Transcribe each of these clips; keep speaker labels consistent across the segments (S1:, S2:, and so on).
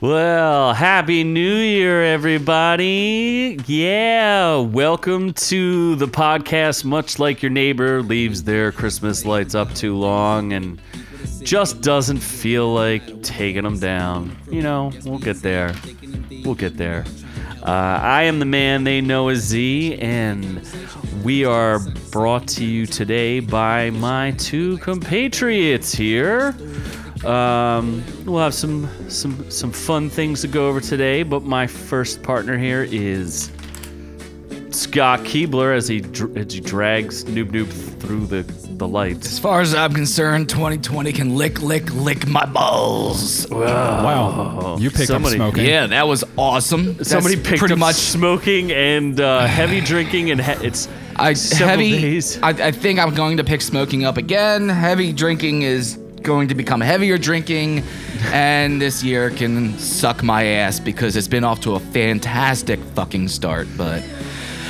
S1: Well, happy new year, everybody. Yeah, welcome to the podcast. Much like your neighbor leaves their Christmas lights up too long and just doesn't feel like taking them down. You know, we'll get there. We'll get there. Uh, I am the man they know as Z, and we are brought to you today by my two compatriots here. Um, we'll have some some some fun things to go over today, but my first partner here is Scott Keebler as he dr- as he drags Noob Noob through the the lights.
S2: As far as I'm concerned, 2020 can lick, lick, lick my balls.
S3: Wow. You picked
S1: Oh. Somebody-
S3: up smoking.
S2: Yeah, that was awesome. That's
S1: Somebody picked
S2: pretty
S1: up
S2: much.
S1: smoking and uh, heavy drinking, and he- it's
S2: I
S1: several
S2: heavy.
S1: days.
S2: I, I think I'm going to pick smoking up again. Heavy drinking is going to become heavier drinking, and this year can suck my ass because it's been off to a fantastic fucking start. But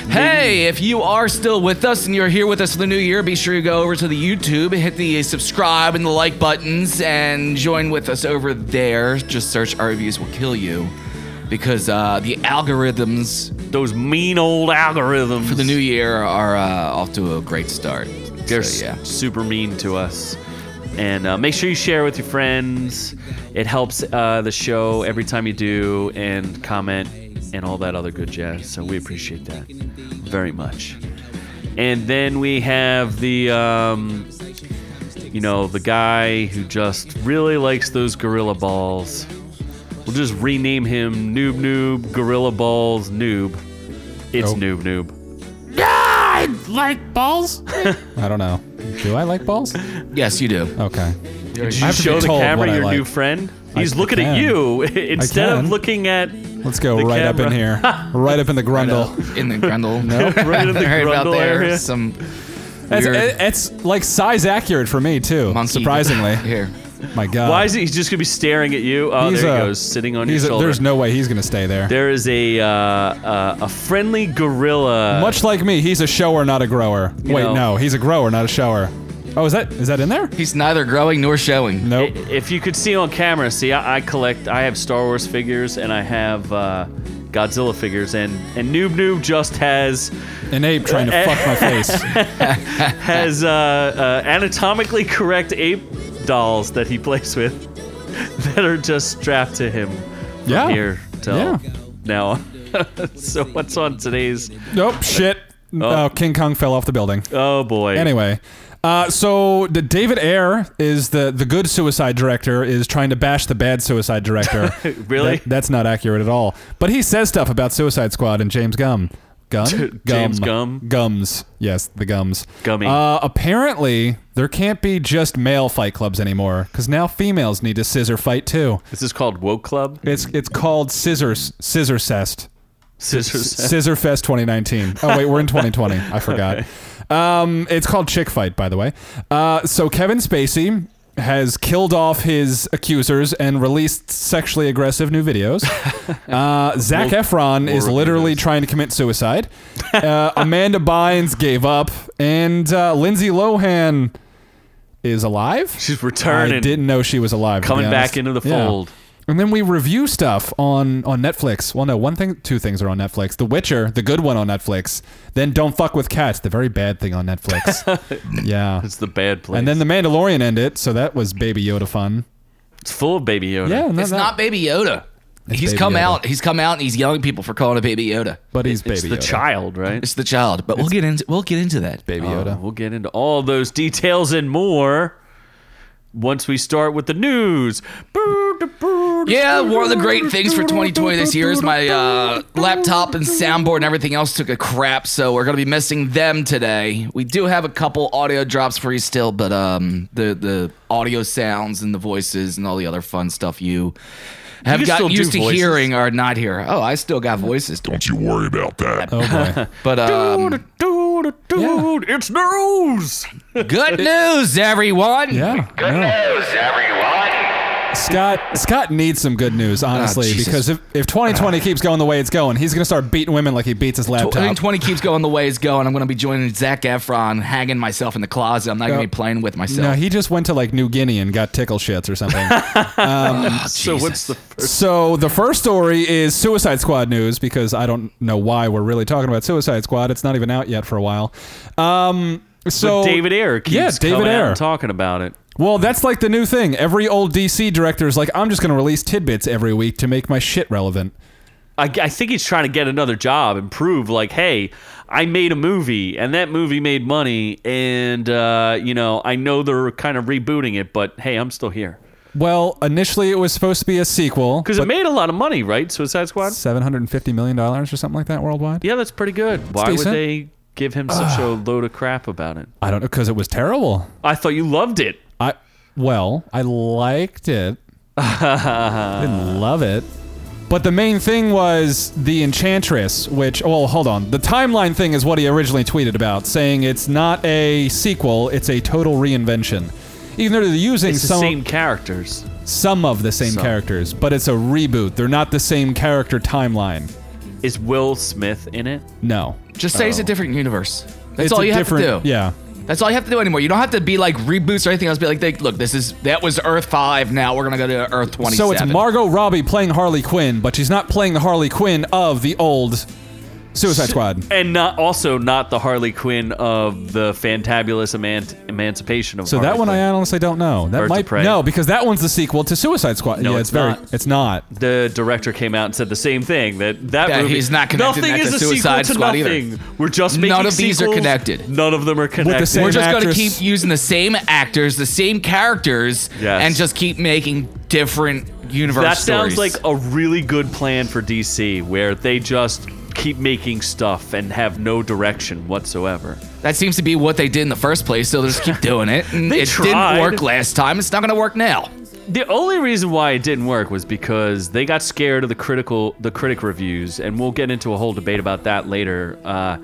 S2: Hey, if you are still with us and you're here with us for the new year, be sure you go over to the YouTube, hit the subscribe and the like buttons, and join with us over there. Just search Our Reviews Will Kill You because uh, the algorithms
S1: those mean old algorithms
S2: for the new year are uh, off to a great start.
S1: They're
S2: So, yeah.
S1: s- super mean to us. And uh, make sure you share with your friends. It helps uh, the show every time you do, and comment and all that other good jazz. So we appreciate that very much. And then we have the, um, you know, the guy who just really likes those gorilla balls. We'll just rename him Noob Noob Gorilla Balls Noob. It's
S3: Oh.
S1: Noob Noob.
S3: I don't know. Do I like balls?
S2: Yes, you do.
S3: Okay.
S1: Did you
S3: have to be
S1: show the
S3: told
S1: camera
S3: what I
S1: your new
S3: like.
S1: friend?
S3: I
S1: He's looking at
S3: can.
S1: you instead of
S3: can.
S1: looking at
S3: Let's go
S1: The
S3: right up in here. right up in the grundle.
S2: In the grundle.
S1: right in the
S2: right about
S1: grundle
S2: there.
S1: area.
S2: Some
S3: That's,
S2: weird
S3: it- it's like size accurate for me too.
S2: monkey.
S3: Surprisingly.
S2: Here.
S3: My God.
S1: Why is he? He's just gonna be staring at you. Oh, there
S3: He's
S1: he
S3: a-
S1: goes, sitting on your
S3: He's a,
S1: shoulder.
S3: there's no way he's gonna stay there.
S1: there is a uh, uh, a friendly gorilla.
S3: Much like me, he's a shower, not a grower.
S1: You
S3: Wait,
S1: know.
S3: no, he's a grower, not a shower. Oh, is that is that in there?
S2: He's neither growing nor showing.
S1: I-
S3: Nope.
S1: If you could see on camera, see, I, I collect. I have Star Wars figures and I have uh, Godzilla figures, and and Noob Noob just has
S3: An ape trying to fuck my face.
S1: has uh, uh, anatomically correct ape dolls that he plays with that are just strapped to him from
S3: Yeah.
S1: here till
S3: Yeah.
S1: now. so what's on today's?
S3: Nope. Shit.
S1: Oh.
S3: oh, King Kong fell off the building.
S1: Oh boy.
S3: Anyway, uh, so the David Ayer is the the good suicide director is trying to bash the bad suicide director.
S1: Really?
S3: That- that's not accurate at all. But he says stuff about Suicide Squad and James Gum. Gum? Gum.
S1: James Gum?
S3: Gums. Yes, the gums.
S1: Gummy.
S3: Uh, apparently, there can't be just male fight clubs anymore because now females need to scissor fight too.
S1: This is called Woke Club.
S3: It's it's called scissors scissor cest.
S1: Scissors.
S3: Scissor Fest 2019. Oh wait, we're in 2020. I forgot. Um, it's called Chick Fight, by the way. Uh, so Kevin Spacey has killed off his accusers and released sexually aggressive new videos. Uh, Zach Efron is
S1: more
S3: literally
S1: videos.
S3: trying to commit suicide. Uh, Amanda Bynes gave up, and uh, Lindsay Lohan is alive.
S1: She's returning.
S3: I didn't know she was alive. to be
S1: Coming back
S3: honest.
S1: into the
S3: Yeah.
S1: fold.
S3: And then we review stuff on on Netflix. Well, no, one thing, two things are on Netflix: The Witcher, the good one on Netflix. Then Don't Fuck with Cats, the very bad thing on Netflix. yeah.
S1: It's the bad place.
S3: And then The Mandalorian ended, so that was Baby Yoda fun.
S1: it's full of Baby Yoda.
S3: Yeah,
S2: It's not Baby Yoda. he's
S3: Baby
S2: come
S3: Yoda.
S2: out. He's come out and he's yelling at people for calling a Baby Yoda.
S3: but he's
S1: It's
S3: Baby
S1: the
S3: Yoda.
S1: child, right?
S2: It's the child, but we'll get into we'll get into that.
S3: Baby
S1: Uh,
S3: Yoda.
S1: we'll get into all those details and more once we start with the news.
S2: Yeah, one of the great things for 2020 this year is my uh, laptop and soundboard and everything else took a crap, so we're gonna be missing them today. We do have a couple audio drops for you still, but um, the the audio sounds and the voices and all the other fun stuff you have
S1: can still
S2: gotten
S1: do
S2: used to
S1: voices.
S2: hearing are not here. Oh, I still got voices,
S4: Don't you worry about that.
S3: Oh boy.
S2: but um,
S1: Dude, dude, it's news.
S3: Oh,
S2: good news, everyone.
S3: Yeah. I know.
S5: Good news, everyone!
S3: Scott Scott needs some good news, honestly,
S2: Jesus.
S3: because if, if 2020 keeps going the way it's going, he's gonna start beating women like he beats his laptop.
S2: 2020 keeps going the way it's going. I'm going to be joining Zach Efron, hanging myself in the closet. I'm not going
S3: No.
S2: to be playing with myself.
S3: no, he just went to like New Guinea and got tickle shits or something.
S1: So what's the
S3: so the first story is Suicide Squad news because I don't know why we're really talking about Suicide Squad. It's not even out yet for a while. Um, so
S1: But David Ayer keeps
S3: yeah, David
S1: coming out
S3: Ayer.
S1: and talking about it.
S3: Well, that's like the new thing. Every old DC director is like, I'm just going to release tidbits every week to make my shit relevant.
S1: I, I think he's trying to get another job and prove, like, hey, I made a movie and that movie made money, and uh, you know, I know they're kind of rebooting it, but hey, I'm still here
S3: Well, initially it was supposed to be a sequel.
S1: because it made a lot of money, right? Suicide Squad.
S3: $750 million or something like that worldwide?
S1: Yeah, that's pretty good. Why
S3: decent.
S1: would they give him such a load of crap about it?
S3: I don't know, because it was terrible.
S1: I thought you loved it.
S3: I Well, I liked it. Didn't love it. But the main thing was the Enchantress, which, well, hold on. The timeline thing is what he originally tweeted about, saying it's not a sequel, it's a total reinvention. Even though they're using
S1: It's the
S3: some
S1: same characters.
S3: some of the same
S1: Some.
S3: characters, but it's a reboot. They're not the same character timeline.
S1: Is Will Smith in it?
S3: No.
S2: Just say it's
S1: Oh.
S2: a different universe. That's all
S3: a
S2: you have to do.
S3: different- Yeah.
S2: That's all you have to do anymore. You don't have to be like reboots or anything else. Be like, they- look, this is that was Earth Five. Now we're gonna go to Earth Twenty.
S3: So it's Margot Robbie playing Harley Quinn, but she's not playing the Harley Quinn of the old Suicide Squad.
S1: And not also not the Harley Quinn of the Fantabulous eman- Emancipation of
S3: So that
S1: Harley
S3: one I
S1: Quinn.
S3: honestly don't know. That
S1: Birds of
S3: might
S1: Prey.
S3: no, because that one's the sequel to Suicide Squad.
S1: No,
S3: yeah,
S1: it's
S3: very.
S1: not.
S3: It's not.
S1: the director came out and said the same thing that that,
S2: That
S1: movie,
S2: he's not connecting
S1: nothing
S2: that
S1: is
S2: to
S1: a
S2: Suicide
S1: sequel
S2: Squad
S1: to
S2: either.
S1: nothing. We're just making
S2: None of these are
S1: sequels.
S2: connected.
S1: None of them are connected.
S3: same-
S2: We're just gonna
S3: actress.
S2: keep using the same actors, the same characters,
S1: Yes.
S2: and just keep making different universe.
S1: that sounds
S2: stories.
S1: like a really good plan for DC, where they just keep making stuff and have no direction whatsoever.
S2: that seems to be what they did in the first place. So they'll just keep doing it. And
S1: They
S2: it
S1: tried.
S2: didn't work last time. It's not gonna work now.
S1: The only reason why it didn't work was because they got scared of the critical the critic reviews, and we'll get into a whole debate about that later. Uh,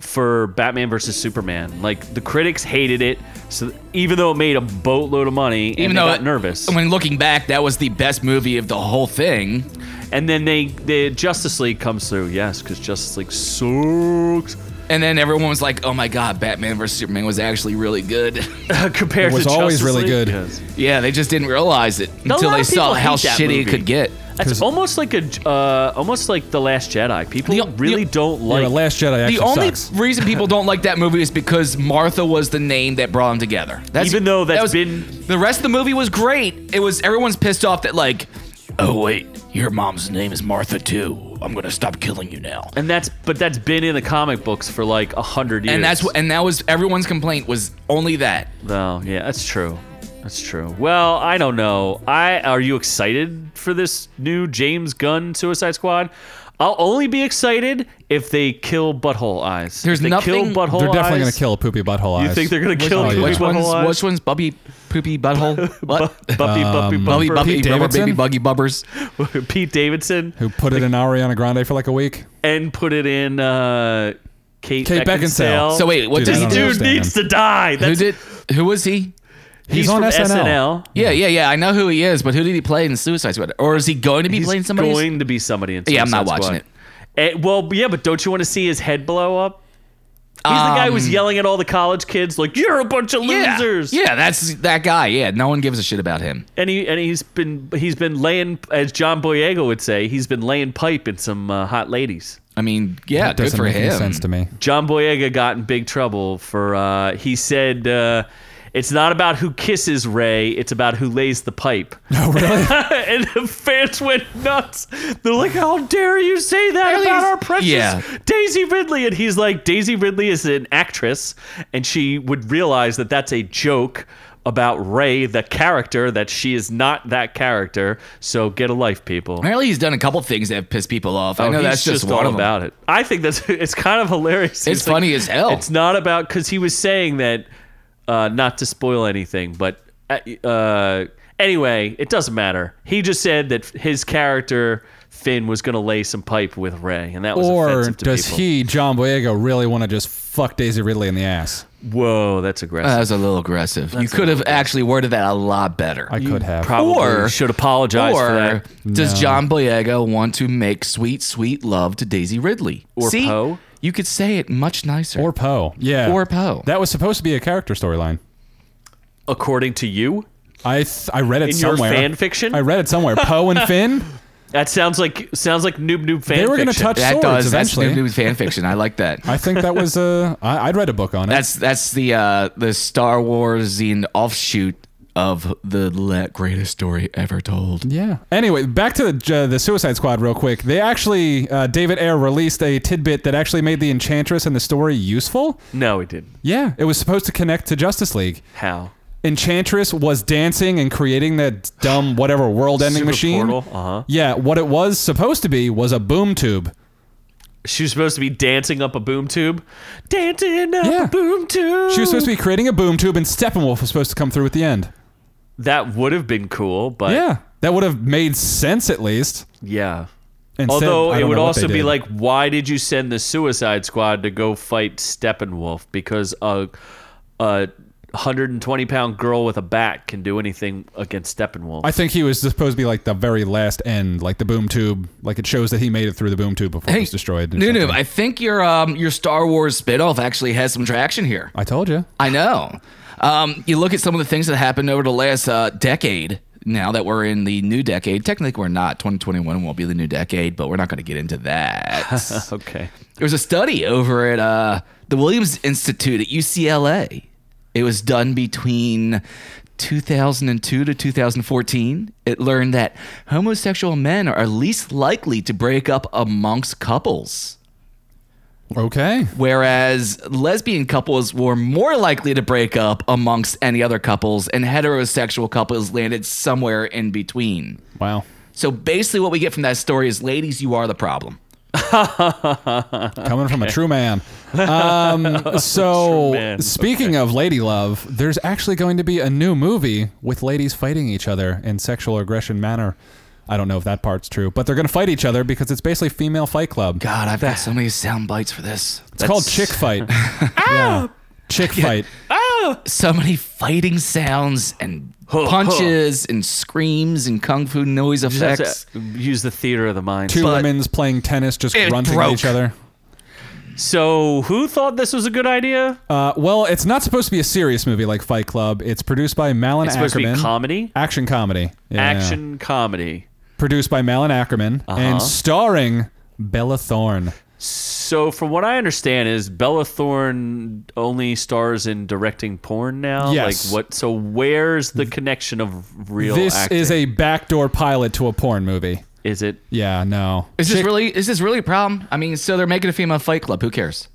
S1: for Batman versus Superman, like the critics hated it, so even though it made a boatload of money, and
S2: Even
S1: they
S2: though
S1: got
S2: it-
S1: nervous.
S2: I mean, looking back, that was the best movie of the whole thing.
S1: And then they the Justice League comes through, yes, because Justice League sucks
S2: And then everyone was like, "Oh my God, Batman vs Superman was actually really good."
S1: compared
S3: It was
S1: to
S3: always
S1: Justice
S3: really
S1: League.
S3: good.
S1: Yes.
S2: Yeah, they just didn't realize it
S1: A
S2: until
S1: lot
S2: they
S1: of
S2: saw
S1: people
S2: how
S1: hate that
S2: shitty it
S1: movie.
S2: could get.
S1: That's almost like a uh, almost like the Last Jedi. People
S2: The- the-
S1: really don't like
S3: yeah, Last Jedi actually
S2: The only
S3: sucks.
S2: reason people don't like that movie is because Martha was the name that brought them together. That's,
S1: Even though
S2: that
S1: that's
S2: was,
S1: been-
S2: the rest of the movie was great. It was everyone's pissed off that like, oh wait, your mom's name is Martha too. I'm gonna stop killing you now.
S1: and that's but that's been in the comic books for like a hundred years.
S2: And that's what, and that was everyone's complaint was only that.
S1: No, yeah, that's true. That's true. Well, I don't know. I are you excited for this new James Gunn Suicide Squad? I'll only be excited if they kill Butthole Eyes.
S2: There's
S1: if they kill
S2: nothing-
S1: Butthole
S3: They're definitely
S1: Eyes,
S3: gonna kill poopy butthole eyes.
S1: You think they're gonna kill
S3: one-
S1: Butthole
S2: Which
S3: which
S2: one's
S1: Eyes?
S2: which one's Bubby Poopy Butthole? What?
S1: Bumpy, bumpy,
S3: Um,
S2: Bubby
S1: bumper.
S2: Bumpy Rubber
S3: Davidson?
S2: Baby Buggy Bubbers.
S1: Pete Davidson
S3: who put it in Ariana Grande for like a week?
S1: and put it in uh, Kate,
S3: Kate
S1: Beckinsale.
S3: Beckinsale.
S2: So wait, what
S3: Dude,
S2: does
S3: I
S2: he
S1: this
S2: do?
S3: don't
S1: dude
S3: understand.
S1: needs to die.
S2: Who
S1: That's,
S2: did? Who was he?
S1: He's,
S3: He's on
S1: from
S3: SNL.
S1: SNL.
S2: Yeah, yeah, yeah. I know who he is, but who did he play in Suicide Squad? Or is he going to be
S1: He's
S2: playing somebody? else?
S1: going to be somebody in.
S2: Yeah, I'm not
S1: Suicide
S2: watching
S1: Squad. Eh, well, yeah, but don't you want to see his head blow up? He's the guy who was
S2: Um,
S1: yelling at all the college kids, like "You're a bunch of
S2: yeah.
S1: losers."
S2: Yeah, that's that guy. Yeah, no one gives a shit about him.
S1: and he and he's been he's been laying, as John Boyega would say, he's been laying pipe in some uh, hot ladies.
S2: I mean, yeah,
S3: That
S2: good
S3: doesn't
S2: for
S3: make
S2: him.
S3: any sense to me.
S1: John Boyega got in big trouble for uh, he said uh, it's not about who kisses Ray, it's about who lays the pipe.
S3: Oh, really?
S1: and the fans went nuts. They're like, "How dare you say that
S2: Really?
S1: about our precious
S2: Yeah.
S1: Daisy Ridley?" And he's like, "Daisy Ridley is an actress, and she would realize that that's a joke." About Ray, the character, that she is not that character. So get a life, people.
S2: Apparently, he's done a couple things that have pissed people off. I
S1: Oh,
S2: know
S1: he's
S2: that's just,
S1: just
S2: one
S1: all
S2: of them.
S1: about it. I think that's it's kind of hilarious.
S2: It's
S1: He's like,
S2: funny as
S3: Oh.
S2: hell.
S1: It's not about because he was saying that uh, not to spoil anything, but uh, uh, anyway, it doesn't matter. He just said that his character Finn was going to lay some pipe with Ray, and that was
S3: Or
S1: offensive to
S3: does
S1: people.
S3: he, John Boyega, really want to just fuck Daisy Ridley in the ass?
S1: Whoa, that's aggressive.
S2: That
S3: Uh,
S2: was a little aggressive. you could have actually worded that a lot better.
S3: I could have.
S1: Probably
S2: or-
S1: should apologize for
S2: or
S1: that.
S2: does John Boyega want to make sweet, sweet love to Daisy Ridley?
S1: Or
S2: See,
S1: Poe?
S2: you could say it much nicer.
S3: or Poe. Yeah.
S2: Or Poe.
S3: That was supposed to be a character storyline.
S1: According to you,
S3: I th- I read it
S1: In your
S3: somewhere.
S1: fan fiction?
S3: I read it somewhere. Poe and Finn.
S1: that sounds like sounds like noob noob fan.
S3: They were
S1: going
S3: gonna
S1: to
S3: touch
S2: that
S3: swords
S2: does that's
S3: eventually.
S2: new new fan fiction. I like that.
S3: I think that was uh, I, I'd read a book on it.
S2: That's that's the uh, the Star Wars zine offshoot of the le- greatest story ever told.
S3: yeah. Anyway, back to the uh, the Suicide Squad real quick. They actually uh, David Ayer released a tidbit that actually made the Enchantress and the story useful.
S1: No, he didn't.
S3: Yeah, it was supposed to connect to Justice League.
S1: How?
S3: Enchantress was dancing and creating that dumb whatever world-ending
S1: Super
S3: machine.
S1: portal, uh-huh.
S3: Yeah, what it was supposed to be was a boom tube.
S1: She was supposed to be dancing up a boom tube. Dancing up
S3: Yeah.
S1: a boom tube.
S3: She was supposed to be creating a boom tube, and Steppenwolf was supposed to come through at the end.
S1: That would have been cool, but yeah.
S3: Yeah, that would have made sense at least. Instead,
S1: Although
S3: I
S1: it
S3: don't
S1: would
S3: know what they
S1: also be
S3: did.
S1: like, why did you send the Suicide Squad to go fight Steppenwolf? Because a a hundred and twenty pound girl with a bat can do anything against Steppenwolf.
S3: I think he was supposed to be like the very last end, like the boom tube. Like it shows that he made it through the boom tube before it was destroyed. or
S2: No, no.
S3: something.
S2: I think your um your Star Wars spinoff actually has some traction here.
S3: I told you.
S2: I know. Um, you look at some of the things that happened over the last uh, decade. Now that we're in the new decade, technically we're not. 2021 won't be the new decade, but we're not going to get into that.
S1: okay.
S2: there was a study over at uh, the Williams Institute at UCLA. It was done between 2002 to 2014. It learned that homosexual men are least likely to break up amongst couples
S3: Okay.
S2: whereas lesbian couples were more likely to break up amongst any other couples, and heterosexual couples landed somewhere in between.
S3: Wow.
S2: So basically, what we get from that story is, ladies, you are the problem.
S3: Coming from a true man. Um, so,
S1: True man,
S3: speaking of lady love, there's actually going to be a new movie with ladies fighting each other in sexual aggression manner. I don't know if that part's true, but they're going to fight each other because it's basically female fight club.
S2: God, I've got so many sound bites for this.
S3: It's called chick fight.
S1: Ah!
S3: yeah. Chick fight.
S2: So many fighting sounds and
S1: Huh,
S2: punches and screams and kung fu noise
S1: Just have
S2: effects.
S1: to Use the theater of the mind.
S3: Two
S2: But-
S3: women's playing tennis, just
S2: It
S3: grunting at
S2: broke.
S3: each other.
S1: So, who thought this was a good idea?
S3: Uh, well, it's not supposed to be a serious movie like Fight Club. It's produced by Malin
S1: It's
S3: Ackerman.
S1: supposed to be comedy,
S3: Action comedy. Yeah.
S1: action comedy.
S3: Produced by Malin Ackerman
S1: Uh-huh.
S3: and starring Bella Thorne.
S1: So, from what I understand, is Bella Thorne only stars in directing porn now?
S3: Yes.
S1: Like what? So, where's the connection of real?
S3: This
S1: acting?
S3: is a backdoor pilot to a porn movie.
S1: Is it?
S3: Yeah, no.
S2: Is this
S3: Chick-
S2: really is this really a problem? I mean, so they're making a female fight club. Who cares?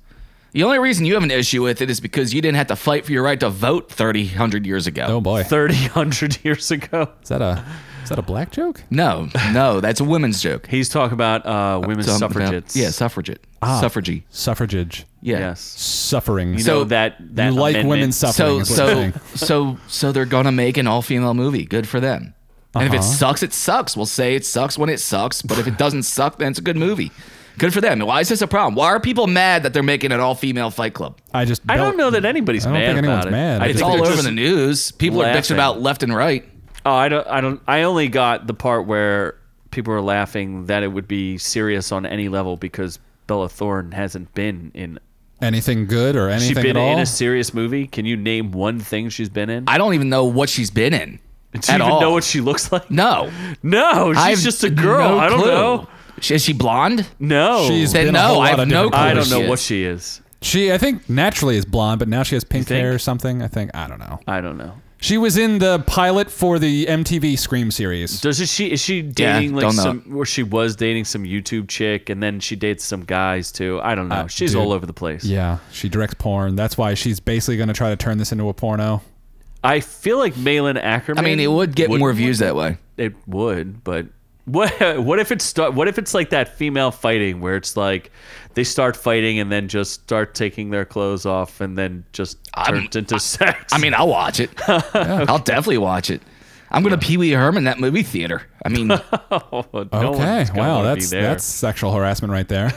S2: The only reason you have an issue with it is because you didn't have to fight for your right to vote 30, 100 years ago.
S3: Oh boy.
S1: Thirty hundred years ago.
S3: Is that a is that a black joke?
S2: No, no, that's a women's joke.
S1: He's talking about uh, women's
S2: So I'm-
S1: suffragettes. Ah.
S2: Yeah, suffragette. Suffragette.
S3: Suffragage.
S2: Yeah.
S1: Yes.
S3: Suffering.
S1: You
S2: So-
S1: know that that
S3: you like
S1: amendment-
S3: women suffering.
S2: So
S3: is what
S2: so
S3: I'm
S2: so so they're gonna make an all female movie. Good for them. And
S1: Uh-huh.
S2: if it sucks, it sucks. We'll say it sucks when it sucks, but if it doesn't suck, then it's a good movie. Good for them. Why is this a problem? Why are people mad that they're making an all female fight club?
S3: I just
S1: I don't know that anybody's
S3: I don't
S1: mad
S3: think anyone's
S1: about it.
S3: mad.
S1: I
S3: It's
S2: It's
S1: think
S2: all
S1: they're
S2: over
S1: just-
S2: the news. People are bitching
S1: laughing.
S2: about left and right.
S1: Oh, I don't. I don't. I only got the part where people were laughing that it would be serious on any level because Bella Thorne hasn't been in.
S3: Anything good or
S1: She's
S3: anything
S1: been
S3: at all?
S1: in a serious movie. Can you name one thing she's been in?
S2: I don't even know what she's been in.
S1: Do you
S2: at
S1: even
S2: all.
S1: know what she looks like?
S2: no,
S1: No, she's
S2: I've
S1: just a girl.
S2: no
S1: I don't
S2: clue.
S1: know.
S2: She- Is she blonde?
S1: No,
S3: She's
S2: Then
S3: been a
S2: no,
S3: whole
S2: I
S3: lot
S2: have
S3: of
S2: no
S3: different
S2: clue.
S1: I
S3: places.
S1: don't know
S2: she
S1: what
S2: is.
S1: she is.
S3: She, I think, naturally is blonde, but now she has pink hair
S1: think?
S3: or something. I think I don't know.
S1: I don't know.
S3: She was in the pilot for the MTV Scream series.
S1: Does it- she is she
S2: Yeah,
S1: dating like
S2: don't know.
S1: some where she was dating some YouTube chick and then she dates some guys too? I
S2: Uh,
S1: don't know. she's
S3: dude.
S1: all over the place.
S3: Yeah, she directs porn. That's why she's basically going to try to turn this into a porno.
S1: I feel like Malin Ackerman.
S2: I mean, it would get more views that way.
S1: It would, but what what if it's sta- what if it's like that female fighting where it's like they start fighting and then just start taking their clothes off and then just
S2: I'm-
S1: turns into sex.
S2: I mean, I'll watch it. I'll definitely watch it. I'm gonna Pee Wee Herman that movie theater. I mean,
S1: Oh, no
S3: okay.
S1: one's gonna
S3: Wow,
S1: wanna be
S3: that's
S1: there.
S3: that's sexual harassment right there.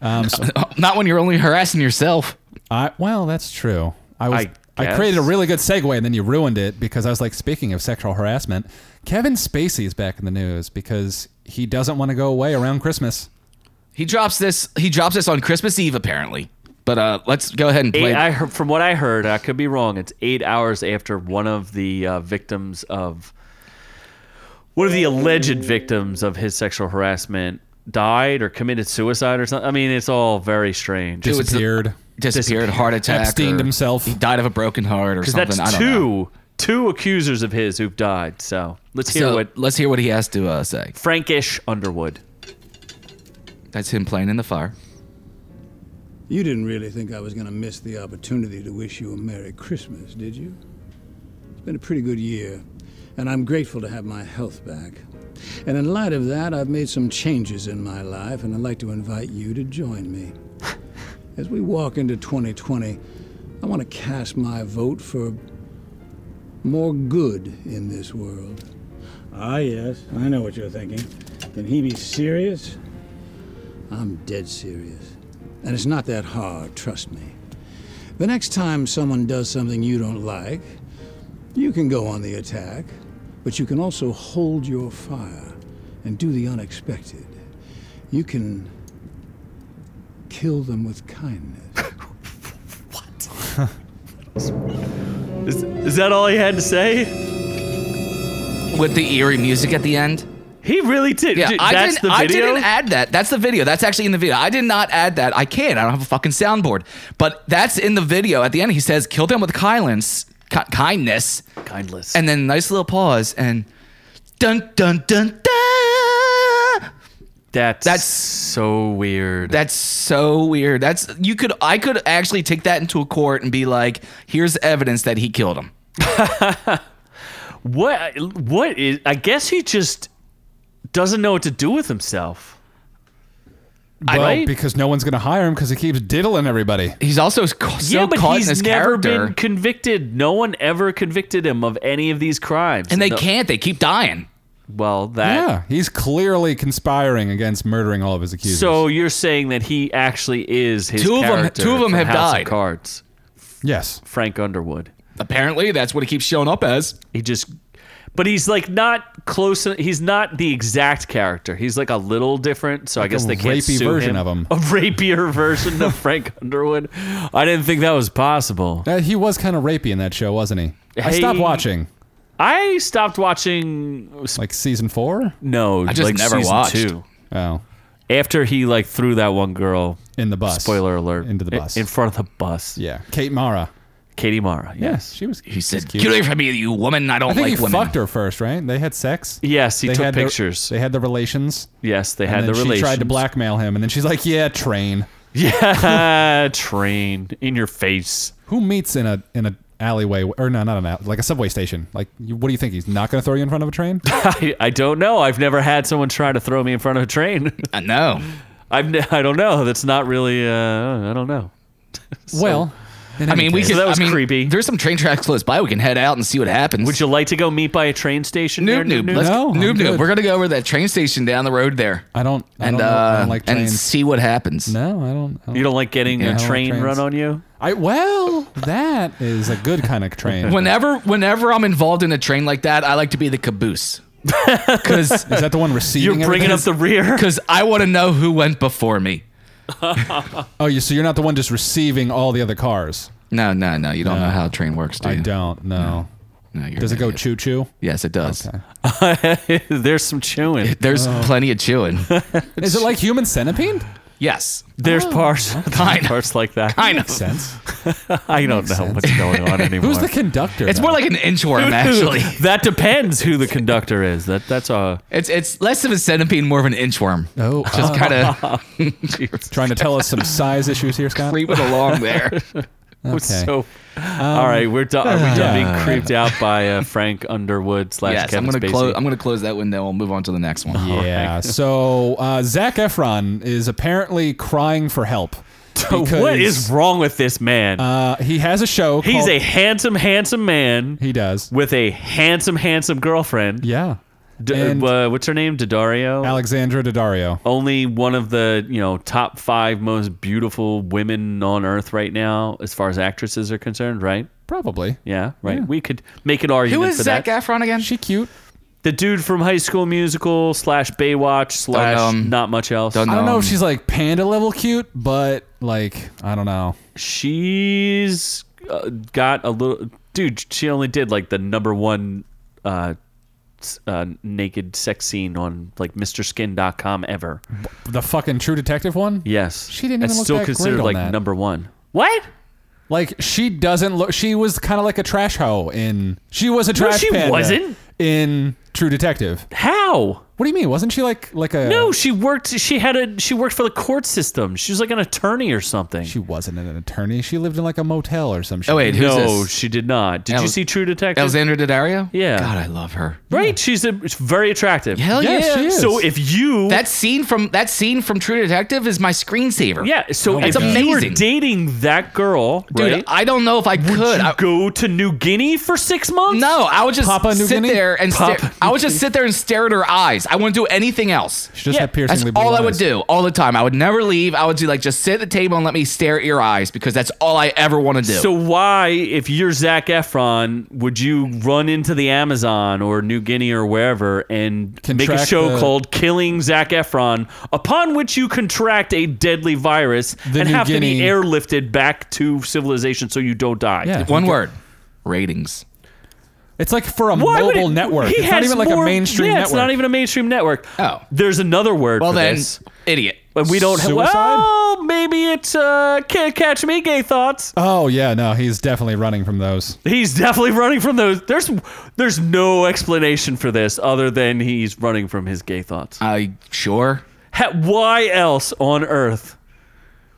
S3: Um, so
S2: not when you're only harassing yourself.
S3: I well, that's true. I was
S1: I
S3: I, created a
S1: guess.
S3: really good segue and then you ruined it because I was like, speaking of sexual harassment, Kevin Spacey is back in the news because he doesn't want to go away around Christmas.
S2: He drops this. He drops this on Christmas Eve apparently. But uh, let's go ahead and play.
S1: Eight, I heard, from what I heard, I could be wrong. It's eight hours after one of the uh, victims of one of the alleged victims of his sexual harassment died or committed suicide or something. I mean, it's all very strange.
S2: Dude, it's the-
S3: Disappeared.
S2: disappeared, heart attack.
S3: Epsteined
S2: or
S3: himself.
S2: He died of a broken heart or something.
S1: That's
S2: I don't
S1: two
S2: know.
S1: two accusers of his who've died. So let's hear
S2: So
S1: what
S2: let's hear what he has to uh, say.
S1: Frankish Underwood.
S2: That's him playing in the fire.
S4: You didn't really think I was going to miss the opportunity to wish you a Merry Christmas, did you? It's been a pretty good year, and I'm grateful to have my health back. And in light of that, I've made some changes in my life, and I'd like to invite you to join me. As we walk into 2020, I want to cast my vote for more good in this world.
S5: Ah, yes, I know what you're thinking. Can he be serious?
S4: I'm dead serious. And it's not that hard, trust me. The next time someone does something you don't like, you can go on the attack, but you can also hold your fire and do the unexpected. You can kill them with kindness.
S1: Is, is that all he had to say?
S2: With the eerie music at the end.
S1: He really did.
S2: Yeah,
S1: Dude,
S2: I
S1: that's
S2: didn't.
S1: the
S2: I
S1: video.
S2: didn't add that. That's the video. That's actually in the video. I did not add that. I can't. I don't have a fucking soundboard. But that's in the video. At the end, he says, "Kill them with kindness, ki- kindness,"
S1: Kindless.
S2: and then nice little pause and dun dun dun dun.
S1: that's
S2: that's-
S1: so weird.
S2: That's so weird. That's you could. I could actually take that into a court and be like, "Here's evidence that he killed him."
S1: What? What is? I guess he just doesn't know what to do with himself.
S3: Well,
S1: Right?
S3: because no one's going to hire him because he keeps diddling everybody.
S2: He's also ca- so
S1: yeah, but
S2: caught in
S1: he's
S2: his
S1: never
S2: character,
S1: been convicted. No one ever convicted him of any of these crimes.
S2: and they
S1: No-
S2: can't. They keep dying.
S1: Well, that.
S3: Yeah, he's clearly conspiring against murdering all of his accusers.
S1: So you're saying that he actually is his
S2: Two of 'em-
S1: character
S2: two of 'em
S1: from
S2: have
S1: House
S2: died.
S1: Of Cards.
S3: yes,
S1: Frank Underwood.
S2: Apparently, that's what he keeps showing up as.
S1: He just. But he's like not close. He's not the exact character. He's like a little different. So I guess
S3: a
S1: they can't
S3: rapey
S1: sue
S3: version
S1: him.
S3: of him.
S1: A rapier version of Frank Underwood. I didn't think that was possible.
S3: Uh, he was kind of rapey in that show, wasn't he? I stopped
S1: Hey.
S3: watching
S1: I stopped watching.
S3: like season four.
S1: No, I
S2: just
S1: like
S2: never
S1: season
S2: watched.
S1: Two.
S3: Oh,
S1: After he like threw that one girl.
S3: in the bus.
S1: Spoiler alert!
S3: Into the
S1: i-
S3: bus.
S1: in front of the bus.
S3: yeah, Kate Mara.
S1: Katie Mara.
S3: Yeah,
S1: Yes.
S3: she was.
S2: He said,
S3: cute.
S2: "Get away from me, you woman! I don't
S3: I think
S2: like
S3: he
S2: women."
S3: fucked her first, right? They had sex.
S1: Yes, he
S3: they
S1: took
S3: had the-
S1: pictures.
S3: they had the relations.
S1: yes, they
S3: and
S1: had the
S3: then she
S1: relations.
S3: tried to blackmail him, and then she's like, "Yeah, train.
S1: Yeah, train in your face.
S3: Who meets in a in a alleyway or no, not an alley, like a subway station? Like, you, what do you think? He's not going to throw you in front of a train?
S1: I, I don't know. I've never had someone try to throw me in front of a train.
S2: I know.
S1: I've ne- I don't know. That's not really. Uh, I don't know.
S3: well, in
S2: I
S3: any
S2: mean, we
S3: case-
S2: could.
S1: that was
S2: I mean,
S1: creepy.
S2: There's some train tracks close by. We can head out and see what happens.
S1: Would you like to go meet by a train station? there,
S2: noob noob? Let's
S3: No, I'm
S2: noob noob.
S3: good.
S2: We're gonna go over to that train station down the road there,
S3: I don't. I
S2: and
S3: don't, know- I
S2: uh,
S3: don't like
S2: and
S3: trains.
S2: see what happens.
S3: no, I don't. I don't
S1: You don't like getting
S3: Yeah, I
S1: a
S3: don't like
S1: train
S3: trains.
S1: run on you?
S3: I well, that is a good kind of train.
S2: Whenever, whenever I'm involved in a train like that, I like to be the caboose, because
S3: is that the one receiving?
S1: You're bringing up
S3: everything?
S1: the rear.
S2: because I want to know who went before me.
S3: Oh, you so you're not the one just receiving all the other cars.
S2: No, no, no. You don't know how a train works, do you?
S3: I don't know.
S2: No, you're
S3: Does it
S2: an
S3: go
S2: idiot.
S3: choo choo?
S2: Yes, it does.
S1: There's some chewing.
S2: There's
S3: Oh.
S2: plenty of chewing.
S3: Is it like human centipede?
S2: yes,
S1: There's parts. There's
S2: Kinda.
S1: parts like that.
S2: I know.
S3: Makes sense.
S1: I don't know what's going on anymore.
S3: Who's the conductor?
S2: It's
S3: though?
S2: more like an inchworm, actually.
S1: that depends who the conductor is. That that's uh, a
S2: It's it's less of a centipede, more of an inchworm.
S3: oh,
S2: Just
S3: oh.
S2: kind of
S3: trying to tell us some size issues here, Scott.
S2: creeping along there.
S3: Okay. Um,
S1: so. all right, we're done. Are we done being creeped out by uh, Frank Underwood slash
S2: yes, I'm
S1: Kevin
S2: gonna
S1: Spacey?
S2: close. I'm gonna close that window. We'll move on to the next one.
S3: yeah. So uh, Zach Efron is apparently crying for help. because,
S1: what is wrong with this man?
S3: Uh, he has a show.
S1: He's
S3: called-
S1: a handsome, handsome man
S3: He does.
S1: with a handsome, handsome girlfriend.
S3: Yeah.
S1: D-
S3: and
S1: uh, what's her name? Daddario.
S3: Alexandra Daddario.
S1: Only one of the you know top five most beautiful women on earth right now, as far as actresses are concerned. Right?
S3: Probably.
S1: Yeah. Right. We could make an argument
S2: Who is
S1: for
S2: Zach
S1: that.
S2: Efron again?
S3: She cute.
S1: the dude from High School Musical slash Baywatch slash
S2: um,
S1: not much else.
S2: don't
S3: I don't know if
S2: Um,
S3: she's like panda level cute, but like I don't know.
S1: She's uh, got a little dude. She only did like the number one uh, s- uh, naked sex scene on like MrSkin.com ever.
S3: The fucking True Detective one.
S1: Yes,
S3: She didn't even
S1: That's
S3: look
S1: still
S3: that great
S1: considered
S3: on
S1: like
S3: that.
S1: number one. What?
S3: Like she doesn't look. She was kind of like a trash hoe in. She was a trash.
S1: she
S3: panda
S1: wasn't.
S3: in True Detective.
S1: How?
S3: What do you mean? Wasn't she like like a?
S1: No, she worked. She had a. She worked for the court system. She was like an attorney or something.
S3: She wasn't an attorney. She lived in like a motel or some shit.
S2: Oh wait, who's
S1: no,
S2: this?
S1: she did not. Did you
S2: Alex-
S1: see True Detective?
S2: Alexandra Daddario?
S1: Yeah.
S2: God, I love her.
S1: right? She's a, very attractive.
S2: Hell
S3: Yes,
S2: yeah.
S3: she is.
S1: So if you
S2: That scene from that scene from True Detective is my screensaver.
S1: Yeah, so
S2: Oh my
S1: if
S2: God.
S1: you were
S2: Amazing.
S1: dating that girl,
S2: Dude,
S1: right?
S2: I don't know if I could.
S1: you
S2: I-
S1: go to New Guinea for six months?
S2: no, I would just
S3: Papua New
S2: sit
S3: Guinea?
S2: there and stare.
S1: Papua
S2: I would just sit there and stare at her eyes. I wouldn't do anything else.
S3: she just
S1: Yeah,
S3: had piercingly
S2: That's
S3: blue
S2: all I would
S3: eyes.
S2: do all the time. I would never leave. I would do like just sit at the table and let me stare at your eyes because that's all I ever want to do.
S1: So why, if you're Zach Efron, would you run into the Amazon or New Guinea or wherever and make a
S3: Contract
S1: show
S3: the-
S1: called "Killing Zach Efron," upon which you contract a deadly virus
S3: The
S1: and
S3: New
S1: have to be
S3: Guinea-
S1: airlifted back to civilization so you don't die?
S3: Yeah.
S2: one word, ratings.
S3: It's like for a
S1: Why would
S3: mobile
S1: it-
S3: network.
S1: He
S3: It's not
S1: has
S3: even like
S1: more-
S3: a mainstream
S1: yeah,
S3: network.
S1: It's not even a mainstream network.
S2: Oh.
S1: there's another word.
S2: Well
S1: for
S2: then,
S1: this.
S2: idiot.
S1: But we don't.
S3: Suicide?
S1: Well, maybe it's uh, can't catch me, gay thoughts.
S3: Oh yeah, no, he's definitely running from those.
S1: He's definitely running from those. There's, there's no explanation for this other than he's running from his gay thoughts.
S2: I sure
S1: Ha- why else on earth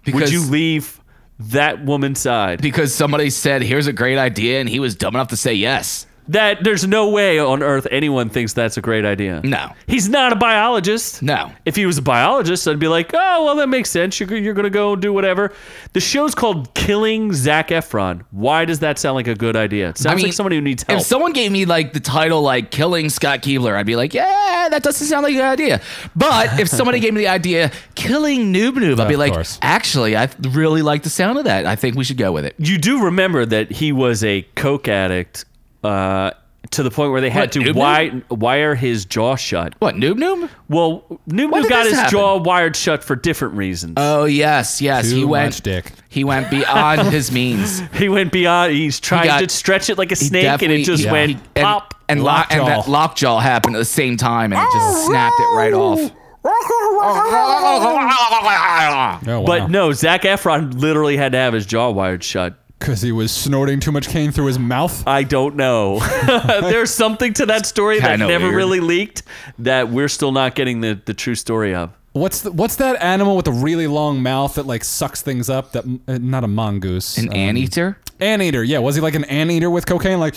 S2: because
S1: would you leave that woman's side?
S2: because somebody said here's a great idea and he was dumb enough to say yes.
S1: that there's no way on earth anyone thinks that's a great idea.
S2: No.
S1: he's not a biologist.
S2: No.
S1: If he was a biologist, I'd be like, oh, well, that makes sense. You're, you're going to go do whatever. The show's called Killing Zach Efron. Why does that sound like a good idea? It sounds like somebody who needs help.
S2: If someone gave me like the title like killing Scott Keebler, I'd be like, yeah, that doesn't sound like a good idea. But if somebody gave me the idea killing Noob Noob, I'd be
S3: Of
S2: like,
S3: course.
S2: actually, I really like the sound of that. I think we should go with it.
S1: you do remember that he was a coke addict uh, to the point where they had
S2: What,
S1: to
S2: Noob
S1: wi- wire his jaw shut.
S2: What Noob Noob?
S1: Well, Noob Noob
S2: When did
S1: got
S2: this
S1: his
S2: happen?
S1: jaw wired shut for different reasons.
S2: Oh yes, yes.
S3: Too
S2: he went.
S3: much dick.
S2: He went beyond his means.
S1: he went beyond. He's tried
S2: got-
S1: to stretch it like a
S2: He
S1: snake, and
S2: definitely-
S1: it just
S2: he-
S1: went
S2: he- and,
S1: pop.
S2: And, lo- and that
S3: Lockjaw.
S2: lockjaw happened at the same time, and it just snapped it right off.
S3: Oh,
S1: but no, Zach Efron literally had to have his jaw wired shut.
S3: because he was snorting too much cane through his mouth.
S1: I don't know. There's something to that story that
S2: Kinda
S1: never
S2: weird.
S1: really leaked that we're still not getting the, the true story of.
S3: What's the, what's that animal with a really long mouth that like sucks things up? That uh, not a mongoose.
S2: An
S3: um,
S2: anteater?
S3: Anteater. Yeah. Was he like an anteater with cocaine? Like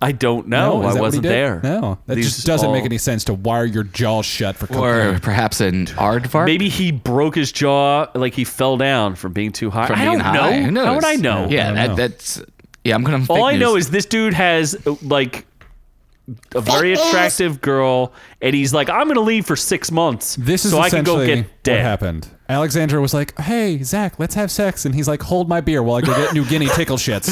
S1: I don't know.
S3: is that
S1: I
S3: what he
S1: wasn't
S3: did?
S1: there.
S3: No, that
S1: These
S3: just doesn't
S1: all-
S3: make any sense to wire your jaw shut for cocaine.
S2: Or perhaps an aardvark?
S1: Maybe he broke his jaw, like he fell down from being too high.
S2: from
S1: I
S2: being
S1: don't
S2: high.
S1: know.
S2: Who knows?
S1: How would I know?
S2: Yeah,
S3: don't
S2: that,
S3: know.
S2: that's. Yeah, I'm gonna. Fake
S1: All I
S2: news.
S1: know is this dude has uh, like a very attractive girl, and he's like, "I'm gonna leave for six months,
S3: This is
S1: so I can
S3: essentially
S1: go get
S3: what
S1: dead."
S3: happened. Alexandra was like, "Hey, Zach, let's have sex," and he's like, "Hold my beer while I go get New Guinea tickle shits."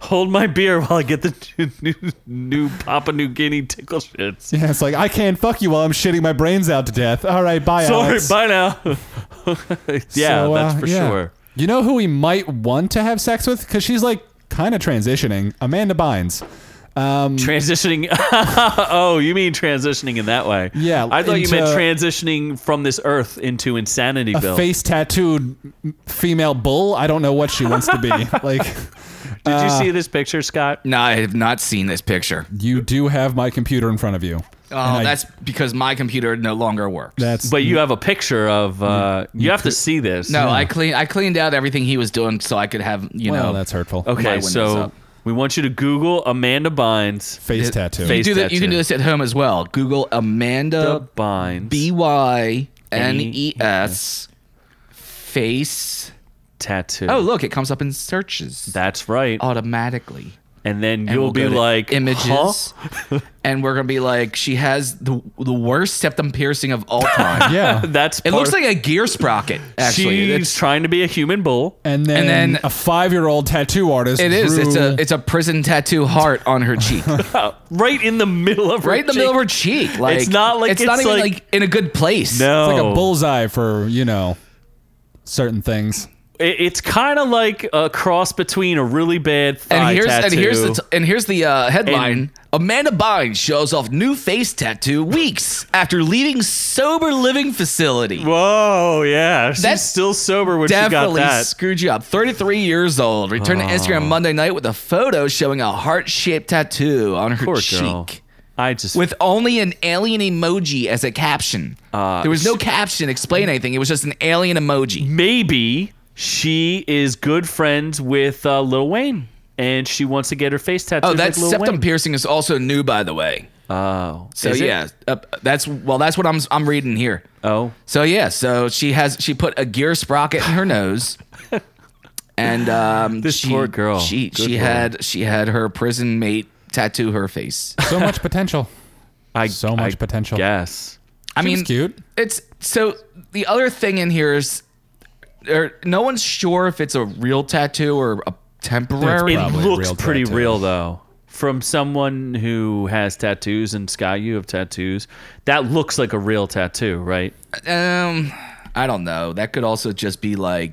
S1: Hold my beer while I get the new, new, new Papua New Guinea tickle shits.
S3: Yeah, it's like I can't fuck you while I'm shitting my brains out to death. All right, bye,
S1: Sorry,
S3: Alex.
S1: bye now. yeah,
S3: So,
S1: that's
S3: uh,
S1: for
S3: yeah.
S1: sure.
S3: You know who he might want to have sex with? Because she's like kind of transitioning. Amanda Bynes. Mm.
S1: Transitioning. oh, you mean transitioning in that way?
S3: Yeah,
S1: I thought you meant
S3: into-
S1: transitioning from this earth into insanity.
S3: A
S1: Bill,
S3: face tattooed female bull. I don't know what she wants to be. like,
S1: did you
S2: Uh,
S1: see this picture, Scott?
S2: No, I have not seen this picture.
S3: you do have my computer in front of you.
S2: Oh,
S3: And I-
S2: that's because my computer no longer works.
S3: that's
S1: But you have a picture of. Uh, you have to see this. Hmm.
S2: no, I clean. I cleaned out everything he was doing so I could have you
S3: well,
S2: know.
S3: that's hurtful.
S2: my
S1: Okay,
S2: window's
S1: so
S2: up.
S1: we want you to Google Amanda Bynes.
S3: Face tattoo.
S1: face-
S2: do that. You can
S1: tattoo.
S2: do this at home as well. Google Amanda
S1: E Amanda Bynes.
S2: B Y N E S face.
S1: tattoo.
S2: Oh, look, it comes up in searches
S1: that's right.
S2: automatically.
S1: and then
S2: And
S1: you'll
S2: we'll
S1: be
S2: go to
S1: like huh?
S2: images, and we're gonna be like, she has the the worst septum piercing of all time.
S3: Yeah.
S1: That's
S2: It
S1: part
S2: looks
S1: of-
S2: like a gear sprocket. Actually,
S1: she's
S2: it's,
S1: trying to be a human bull.
S3: And then,
S2: then-
S3: a five-year-old tattoo artist.
S2: it is. It's
S3: drew-
S2: a it's a prison tattoo heart on her cheek,
S1: right in the middle of her
S2: right in the middle of her
S1: cheek.
S2: cheek. Like
S1: not like
S2: it's, not
S1: it's
S2: even
S1: like-
S2: like in a good place.
S1: No,
S3: It's like a bullseye for you know certain things.
S1: It- it's kind of like a cross between a really bad thigh
S2: And here's
S1: tattoo.
S2: and here's the t- and here's the uh, headline:
S1: And-
S2: Amanda Bynes shows off new face tattoo weeks after leaving sober living facility.
S1: Whoa, yeah, she's
S2: That's
S1: still sober when she got
S2: Definitely
S1: that. Oh.
S2: screwed you up. 33 years old. Returned to Instagram Monday night with a photo showing a heart shaped tattoo on her
S1: Poor
S2: cheek.
S1: girl. I just
S2: With only an alien emoji as a caption.
S1: Uh,
S2: there was no
S1: sh-
S2: caption explain anything. It was just an alien emoji.
S1: maybe she is good friends with uh, Lil Wayne, and she wants to get her face tattooed.
S2: Oh, that
S1: with Lil
S2: septum
S1: Wayne.
S2: piercing is also new, by the way.
S1: Oh,
S2: So
S1: is it?
S2: yeah, uh, that's well, that's what I'm I'm reading here.
S1: Oh,
S2: So yeah, so she has she put a gear sprocket in her nose, and um,
S1: This
S2: she,
S1: poor girl.
S2: She
S1: Good
S2: she
S1: Lord.
S2: had she had her prison mate tattoo her face.
S3: So much potential.
S1: I
S3: So much
S1: I
S3: potential.
S1: Guess.
S2: I
S3: She was
S2: mean,
S3: cute.
S2: It's so the other thing in here is, or no one's sure if it's a real tattoo or a temporary.
S1: It
S3: Probably
S1: looks
S3: real
S1: pretty
S3: tattoos.
S1: real though. From someone who has tattoos and Sky, you have tattoos. That looks like a real tattoo, right?
S2: um, I don't know. That could also just be like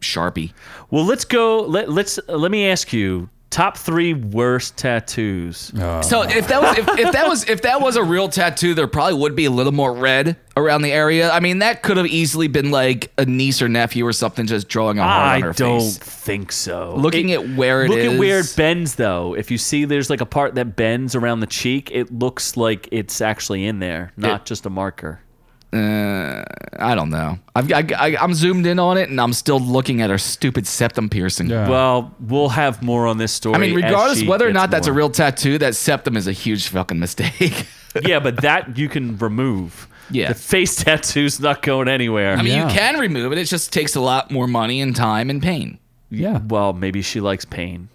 S2: Sharpie.
S1: Well, let's go. Let, let's let me ask you top three worst tattoos.
S3: Oh,
S2: So if that was if, if that was if that was a real tattoo, there probably would be a little more red around the area. I mean, that could have easily been like a niece or nephew or something just drawing a heart
S1: I
S2: on her
S1: don't
S2: face.
S1: think so.
S2: Looking at where it
S1: look at where it
S2: is.
S1: bends though. If you see there's like a part that bends around the cheek, it looks like it's actually in there, not just a marker.
S2: I don't know. I've, I, I, I'm zoomed in on it, and I'm still looking at her stupid septum piercing.
S3: Yeah.
S1: Well, we'll have more on this story.
S2: I mean,
S1: as
S2: regardless
S1: she
S2: whether or
S1: gets
S2: not that's a
S1: more.
S2: real tattoo, that septum is a huge fucking mistake.
S1: yeah, but that you can remove.
S2: Yeah.
S1: the face tattoo's not going anywhere.
S2: I mean,
S3: Yeah.
S2: you can remove it. It just takes a lot more money and time and pain.
S3: Yeah.
S1: well, maybe she likes pain,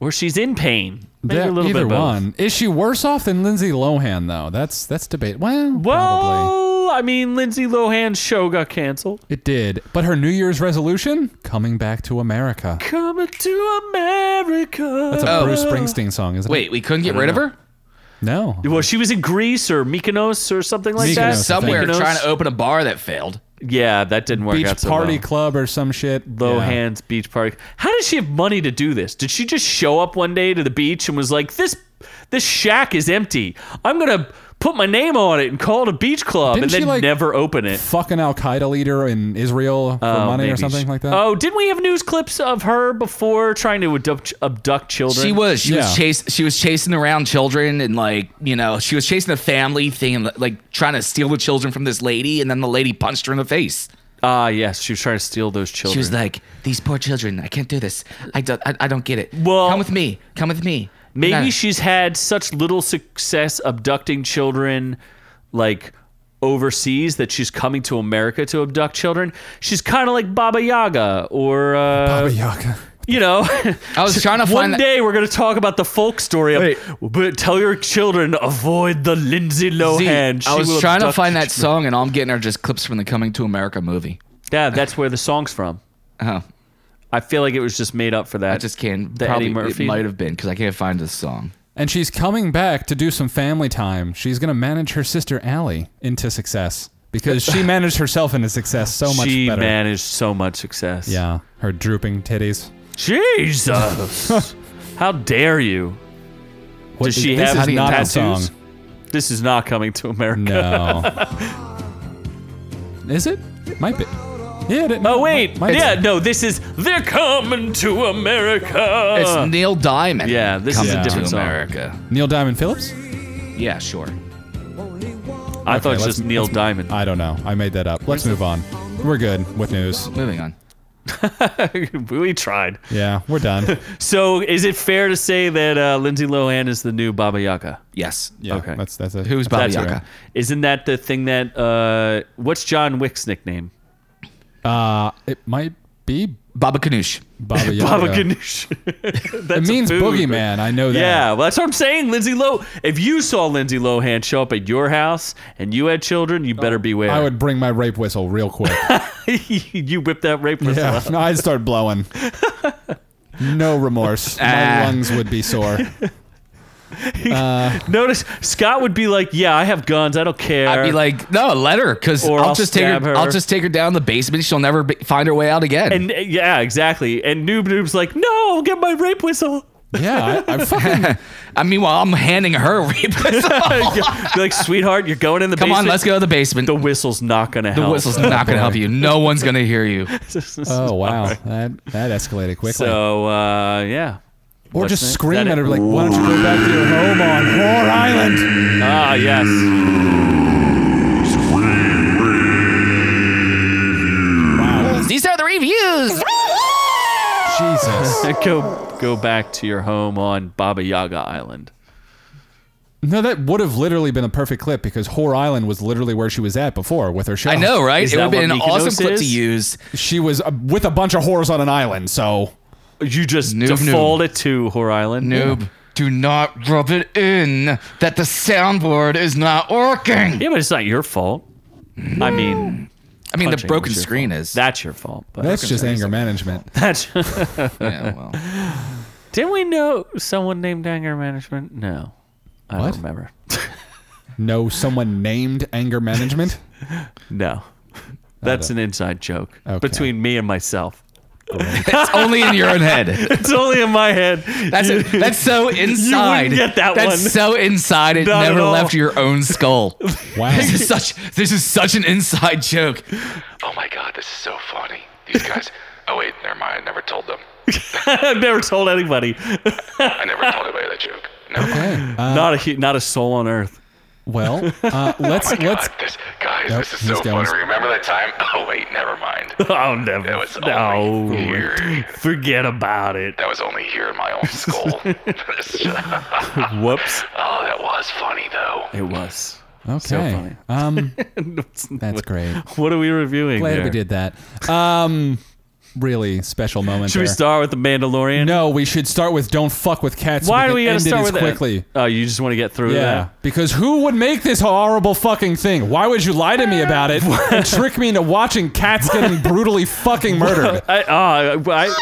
S1: or she's in pain. Maybe
S3: Yeah,
S1: a little
S3: either
S1: bit of both.
S3: one. Is she worse off than Lindsay Lohan though? That's that's debate. Well, probably
S1: Well, I mean, Lindsay Lohan's show got canceled.
S3: it did. But her New Year's resolution coming back to America.
S1: Coming to America.
S3: That's a
S2: Oh.
S3: Bruce Springsteen song, isn't
S2: Wait, we couldn't get rid of her?
S3: it? No.
S1: Well, she was in Greece or Mykonos or something like that.
S3: Mykonos, I think.
S2: Somewhere
S1: Mykonos.
S2: trying to open a bar that failed.
S1: Yeah, that didn't work out
S3: Beach
S1: so
S3: party
S1: well.
S3: club or some shit. Yeah.
S1: Lohan's beach party. How does she have money to do this? Did she just show up one day to the beach and was like, "This, this shack is empty. I'm gonna put my name on it and call it a beach club,
S3: Didn't
S1: and
S3: she,
S1: then
S3: like,
S1: never open it."
S3: Fucking Al Qaeda leader in Israel for
S1: Oh,
S3: money
S1: maybe
S3: or something
S1: she-
S3: like that.
S1: Oh, didn't we have news clips of her before trying to abduct, abduct children?
S2: She was. She
S3: Yeah.
S2: was chase. She was chasing around children and like you know she was chasing a family thing and like trying to steal the children from this lady and then the lady punched her in the face.
S1: Ah, yes, she was trying to steal those children.
S2: She was like, "These poor children. I can't do this. I don't. I, I don't get it.
S1: Well-
S2: come with me. Come with me."
S1: Maybe
S2: No.
S1: she's had such little success abducting children, like overseas, that she's coming to America to abduct children. She's kind of like Baba Yaga, or uh,
S3: Baba Yaga.
S1: you know.
S2: I was trying to
S1: One
S2: find.
S1: day we're gonna talk about the folk story. Of,
S2: Wait.
S1: but tell your children avoid the Lindsay
S2: Z,
S1: Lohan. She
S2: I was
S1: will
S2: trying to
S1: abduct
S2: find that
S1: children.
S2: song, and all I'm getting are just clips from the Coming to America movie.
S1: Yeah, that's where the song's from.
S2: Oh,
S1: I feel like it was just made up for that.
S2: I just can't.
S1: The
S2: probably
S1: Eddie Murphy.
S2: it might have been because I can't find this song.
S3: And she's coming back to do some family time. She's going to manage her sister Allie into success because she managed herself into success so much
S1: she
S3: better.
S1: managed so much success.
S3: Yeah, her drooping titties.
S1: Jesus. How dare you?
S3: What,
S1: Does she
S3: this
S1: have
S3: is
S1: any
S3: not
S1: tattoos?
S3: a song.
S1: This is not coming to America.
S3: No. is it? Might be. Yeah. It,
S1: Oh wait,
S3: might- might
S1: yeah,
S3: be.
S1: no, this is they're coming to America.
S2: It's Neil Diamond.
S1: Uh. yeah, this is
S2: Coming
S1: a
S2: to
S1: different song.
S2: America.
S3: Neil Diamond Phillips?
S2: Yeah, sure.
S1: I thought it was
S3: let's-
S1: just Neil Diamond.
S3: I don't know. I made that up. Let's move on. We're good with news.
S2: Moving on.
S1: we tried.
S3: Yeah, we're done.
S1: So, is it fair to say that uh, Lindsay Lohan is the new Baba Yaga?
S2: Yes.
S3: Yeah,
S1: Okay.
S3: That's that's it.
S2: Who's Baba
S1: That's
S2: Yaga?
S1: Isn't that the thing that? Uh, what's John Wick's nickname?
S3: Uh, it might be
S2: Baba Ganoush.
S3: Baba Yaga.
S1: Baba Ganoush.
S3: It
S1: That's a
S3: means
S1: food, but-
S3: boogeyman. I know that.
S1: Yeah, well, that's what I'm saying. Lindsay Loh. If you saw Lindsay Lohan show up at your house and you had children, you better beware.
S3: Oh, I would bring my rape whistle real quick.
S1: you whip that rape whistle
S3: yeah.
S1: out.
S3: No, I'd start blowing. No remorse. My
S2: Ah.
S3: lungs would be sore.
S1: Notice Scott would be like, "Yeah, I have guns. I don't care."
S2: I'd be like, no, let her, because
S1: Or
S2: I'll,
S1: I'll
S2: just take
S1: stab her.
S2: I'll just take her down the basement. She'll never be, find her way out again.
S1: and uh, yeah, exactly. And Noob Noob's like, "No, get my rape whistle."
S3: Yeah, I, I fucking.
S2: I meanwhile, I'm handing her. a rape whistle.
S1: Be like, sweetheart, you're going in the
S2: Come
S1: basement.
S2: on, let's go to the basement.
S1: The
S2: The,
S1: whistle's not gonna help.
S2: whistle's not going to help you. No one's going to hear you.
S3: Oh wow, that that escalated quickly.
S1: So uh, yeah.
S3: or
S1: what's
S3: just
S1: that?
S3: scream
S1: That
S3: at
S1: it-
S3: her like, "Why don't you go back to your home on Whore Island?"
S1: Ah, yes.
S2: These are the reviews.
S3: Jesus.
S1: go go back to your home on Baba Yaga Island.
S3: No, that would have literally been a perfect clip because Whore Island was literally where she was at before with her show.
S2: I know, right?
S1: Is
S2: it would
S1: that
S2: have been an
S1: what
S2: awesome
S1: Mykonos
S2: clip to
S1: is?
S2: use.
S3: She was uh, with a bunch of whores on an island, so
S1: You just
S2: Noob, noob.
S1: default it to Whore Island.
S2: Noob, do not rub it in that the soundboard is not working.
S1: Yeah, but it's not your fault. I
S2: Mm.
S1: mean,
S2: I mean, the
S1: punching
S2: broken
S1: was your
S2: screen
S1: fault.
S2: is.
S1: that's your fault. But
S3: that's just anger management.
S1: that's.
S2: yeah, well.
S1: Didn't we know someone named Anger Management? No, I
S3: What?
S1: don't remember.
S3: No, someone named anger management.
S1: No, that's an inside joke
S3: Okay.
S1: between me and myself.
S2: It's only in your own head.
S1: It's only in my head.
S2: That's it. That's so inside.
S1: get that
S2: That's
S1: one.
S2: so inside. It
S1: Not at
S2: never
S1: all.
S2: left your own skull.
S3: Wow.
S2: this is such. This is such an inside joke.
S6: Oh my god, this is so funny. These guys. oh wait, never mind. I never told them.
S1: I've never told anybody.
S6: I never told anybody that joke. Never mind.
S3: Okay. Uh,
S1: not a hu- not a soul on earth.
S3: well, uh, let's
S6: Oh my
S3: let's.
S6: god, this guys,
S3: Nope,
S6: this is
S3: he's
S6: so
S3: going-
S6: funny. Remember that time? Oh wait, never mind.
S1: Oh, never.
S6: That was
S1: no,
S6: only here.
S1: forget about it.
S6: That was only here in my own skull. oh,
S1: Whoops.
S6: that was funny though.
S1: It was.
S3: Okay.
S1: funny.
S3: Um,
S1: That's
S3: that's great.
S1: What are we reviewing?
S3: Glad
S1: there?
S3: we did that. Um, really special moment.
S1: Should we
S3: there.
S1: start with the Mandalorian?
S3: No, we should start with "Don't fuck with cats." so
S1: Why do
S3: can
S1: we gotta
S3: end it
S1: start
S3: as
S1: with that?
S3: quickly?
S1: Oh, you just want to get through
S3: Yeah,
S1: that?
S3: because who would make this horrible fucking thing? Why would you lie to me about it and trick me into watching cats getting brutally fucking murdered?
S1: I, oh, I, I-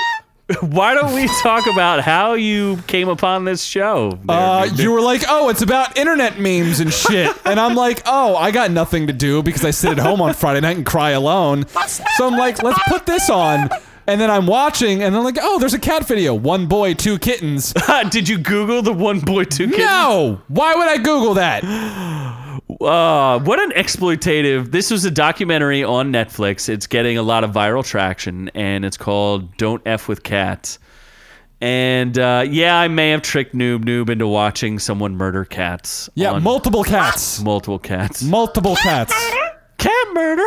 S1: why don't we talk about how you came upon this show?
S3: Uh,
S1: There,
S3: you were like, "Oh, it's about internet memes and shit," and I'm like, "Oh, I got nothing to do because I sit at home on Friday night and cry alone." So I'm like, "Let's put this on." And then I'm watching, and I'm like, "Oh, there's a cat video. One boy, two kittens."
S1: Did, you Google the one boy two kid?
S3: No, why would I Google that?
S1: Uh, what an exploitative! This was a documentary on Netflix. It's getting a lot of viral traction, and it's called "Don't F with Cats." And uh, yeah, I may have tricked Noob Noob into watching someone murder cats.
S3: Yeah,
S1: on
S3: multiple cats.
S1: multiple cats.
S3: Multiple cats.
S1: Cat murder.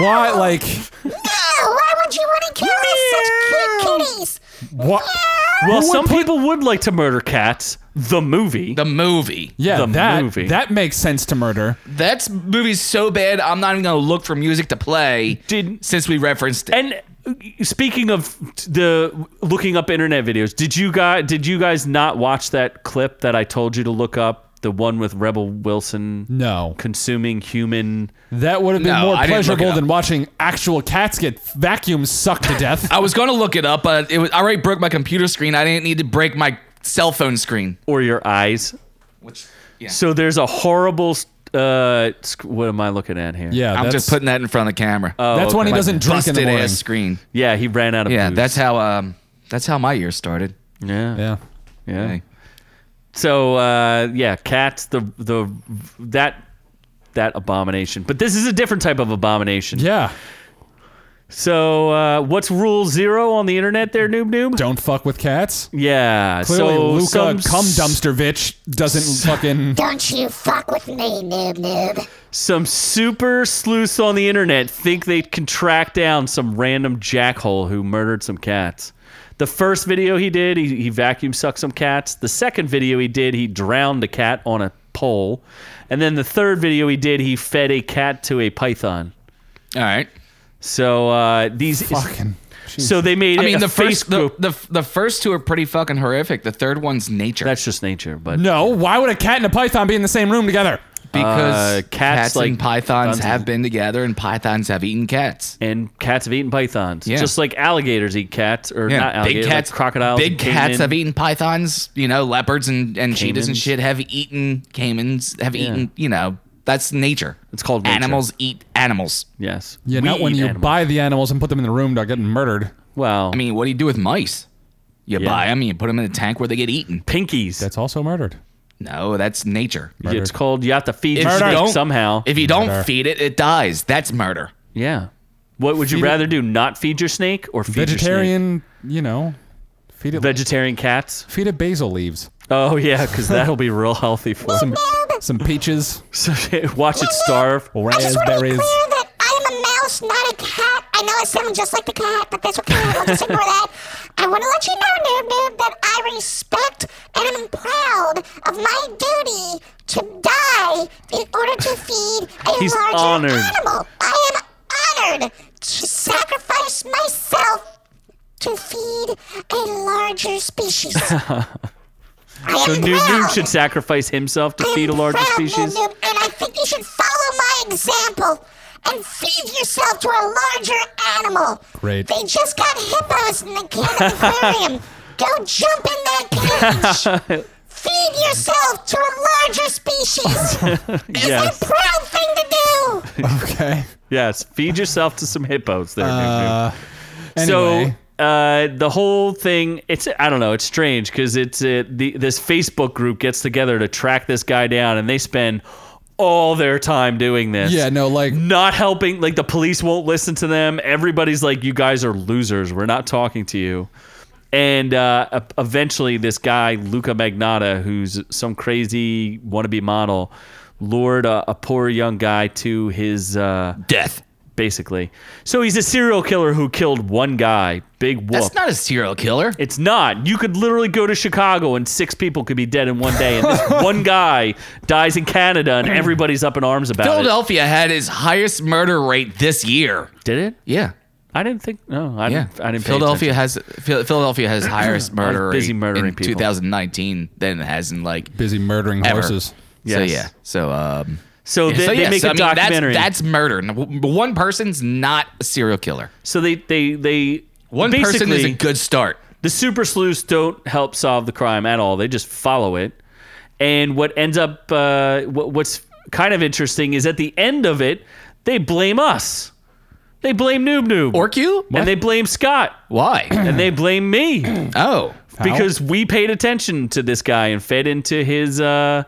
S3: Why, like,
S7: No, why would you want to kill us, such cute kitties?
S3: what?
S1: Well, some people would like to murder cats. The movie.
S2: The movie.
S3: Yeah,
S1: The
S3: that
S1: movie.
S3: that makes sense to murder.
S2: That's movie's so bad. I'm not even gonna look for music to play.
S1: Did-
S2: since we referenced it.
S1: and speaking of the looking up internet videos, did you guys did you guys not watch that clip that I told you to look up? The one with Rebel Wilson
S3: No,
S1: consuming human.
S3: that would have been
S2: No,
S3: more
S2: I didn't look it
S3: pleasurable
S2: up.
S3: than watching actual cats get vacuum sucked to death.
S2: I was gonna look it up, but it was I already broke my computer screen. I didn't need to break my cell phone screen.
S1: or your eyes.
S2: Which yeah.
S1: So there's a horrible. Uh, sc- what am I looking at here?
S3: yeah,
S2: I'm
S3: that's,
S2: just putting that in front of the camera. Oh,
S3: That's when he
S1: okay.
S3: doesn't drink in
S2: busted
S3: the morning.
S2: ass screen.
S1: yeah. He ran out of.
S2: Yeah,
S1: booze.
S2: that's how um that's how my year started.
S1: yeah, yeah,
S3: Yeah,
S2: Okay.
S1: So uh, yeah, cats. The the that that abomination. But this is a different type of abomination.
S3: yeah.
S1: So uh, what's rule zero on the internet there, noob noob?
S3: Don't fuck with cats.
S1: Yeah.
S3: Clearly,
S1: so
S3: Luca
S1: some
S3: cum
S1: s-
S3: dumpster bitch doesn't fucking.
S7: Don't you fuck with me, noob noob.
S1: some super sleuths on the internet think they can track down some random jackhole who murdered some cats. The first video he did, he, he vacuum sucked some cats. The second video he did, he drowned a cat on a pole. And then the third video he did, he fed a cat to a python.
S2: All right.
S1: So uh, these
S3: Fucking.
S1: So they made.
S2: I mean,
S1: a
S2: the
S1: face
S2: first the,
S1: group.
S2: the the first two are pretty fucking horrific. The third one's nature
S1: That's just nature, but
S3: No, why would a cat and a python be in the same room together?
S2: because
S1: Uh,
S2: cats,
S1: cats like
S2: and pythons
S1: guns
S2: have
S1: and-
S2: been together, and pythons have eaten cats.
S1: and cats have eaten pythons,
S2: Yeah.
S1: just like alligators eat cats, or not alligators,
S2: big cats,
S1: like crocodiles,
S2: Big
S1: and
S2: cats
S1: caiman.
S2: have eaten pythons. You know, leopards and, and cheetahs and
S1: Caimans.
S2: shit have eaten caimans. Have eaten. You know, that's nature.
S1: It's called nature.
S2: animals eat animals.
S1: Yes,
S3: Yeah,
S1: We
S3: not when
S1: eat
S3: you
S1: animals.
S3: buy the animals and put them in the room to get murdered.
S1: Well,
S2: I mean, what do you do with mice? You buy 'em,
S1: Yeah.
S2: buy them, you put them in a tank where they get eaten.
S1: pinkies.
S3: That's also murdered.
S2: No, that's nature.
S1: it's called. You have to feed
S2: If
S1: the
S2: you
S1: snake
S2: don't-
S1: somehow.
S2: If you don't
S3: Murder.
S2: feed it, it dies. That's murder.
S1: yeah. What would you
S3: Feed it-
S1: rather do? Not feed your snake or feed Your snake?
S3: Vegetarian, you know, feed it
S1: Vegetarian cats.
S3: feed it basil leaves,
S1: Oh yeah, because that'll be real healthy for them.
S3: some peaches,
S1: So, watch it starve.
S7: I just want to be
S3: raspberries.
S7: clear that I am a mouse, not a cat. I know I sound just like the cat, but that's okay. I'll just ignore that. I want to let you know, Noob Noob, that I respect and am proud of my duty to die in order to feed a
S1: He's
S7: larger
S1: honored.
S7: animal. I am honored to sacrifice myself to feed a larger species. I am
S1: So Noob
S7: proud.
S1: Noob should sacrifice himself to
S7: I'm
S1: feed a larger
S7: proud,
S1: species.
S7: Noob Noob, and I think you should follow my example and feed yourself to a larger animal.
S3: Great.
S7: They just got hippos in the Cannon Aquarium. Go jump in that cage. feed yourself to a larger species. It's
S1: Yes,
S7: a proud thing to do.
S3: Okay.
S1: yes. Feed yourself to some hippos. There, Noob Noob.
S3: Uh, anyway,
S1: So uh, the whole thing, it's I don't know, it's strange because it's uh, the this Facebook group gets together to track this guy down, and they spend all their time doing this.
S3: yeah, no, like
S1: Not helping, like the police won't listen to them. Everybody's like, "You guys are losers. We're not talking to you." And uh, e- eventually, this guy Luca Magnotta, who's some crazy wannabe model, lured a, a poor young guy to his uh,
S2: Death.
S1: basically. So he's a serial killer who killed one guy. Big whoop.
S2: That's not a serial killer.
S1: it's not. You could literally go to Chicago and six people could be dead in one day, and this one guy dies in Canada, and everybody's up in arms about
S2: Philadelphia had its highest murder rate this year.
S1: it. Did it?
S2: Yeah.
S1: I didn't think. No, I
S2: Yeah.
S1: didn't. I didn't. pay
S2: Philadelphia
S1: attention.
S2: has Phil- Philadelphia has highest murder
S1: busy
S2: rate
S1: murdering
S2: in
S1: people.
S2: 2019 than it has in like
S3: busy murdering
S2: ever.
S3: horses.
S1: Yes.
S2: So yeah. So um
S1: So
S2: yeah,
S1: they,
S2: so,
S1: they
S2: yeah,
S1: make a
S2: so, I mean, that's-
S1: documentary.
S2: That's, murder. No, w- One person's not a serial killer.
S1: so they they they.
S2: One person is a
S1: basically-
S2: good start.
S1: the super sleuths don't help solve the crime at all. They just follow it. And what ends up, uh, what, what's kind of interesting is at the end of it, they blame us. They blame Noob Noob.
S2: Orc you?
S1: And they blame Scott.
S2: Why?
S1: And they blame me
S2: oh.
S1: because we paid attention to this guy and fed into his uh,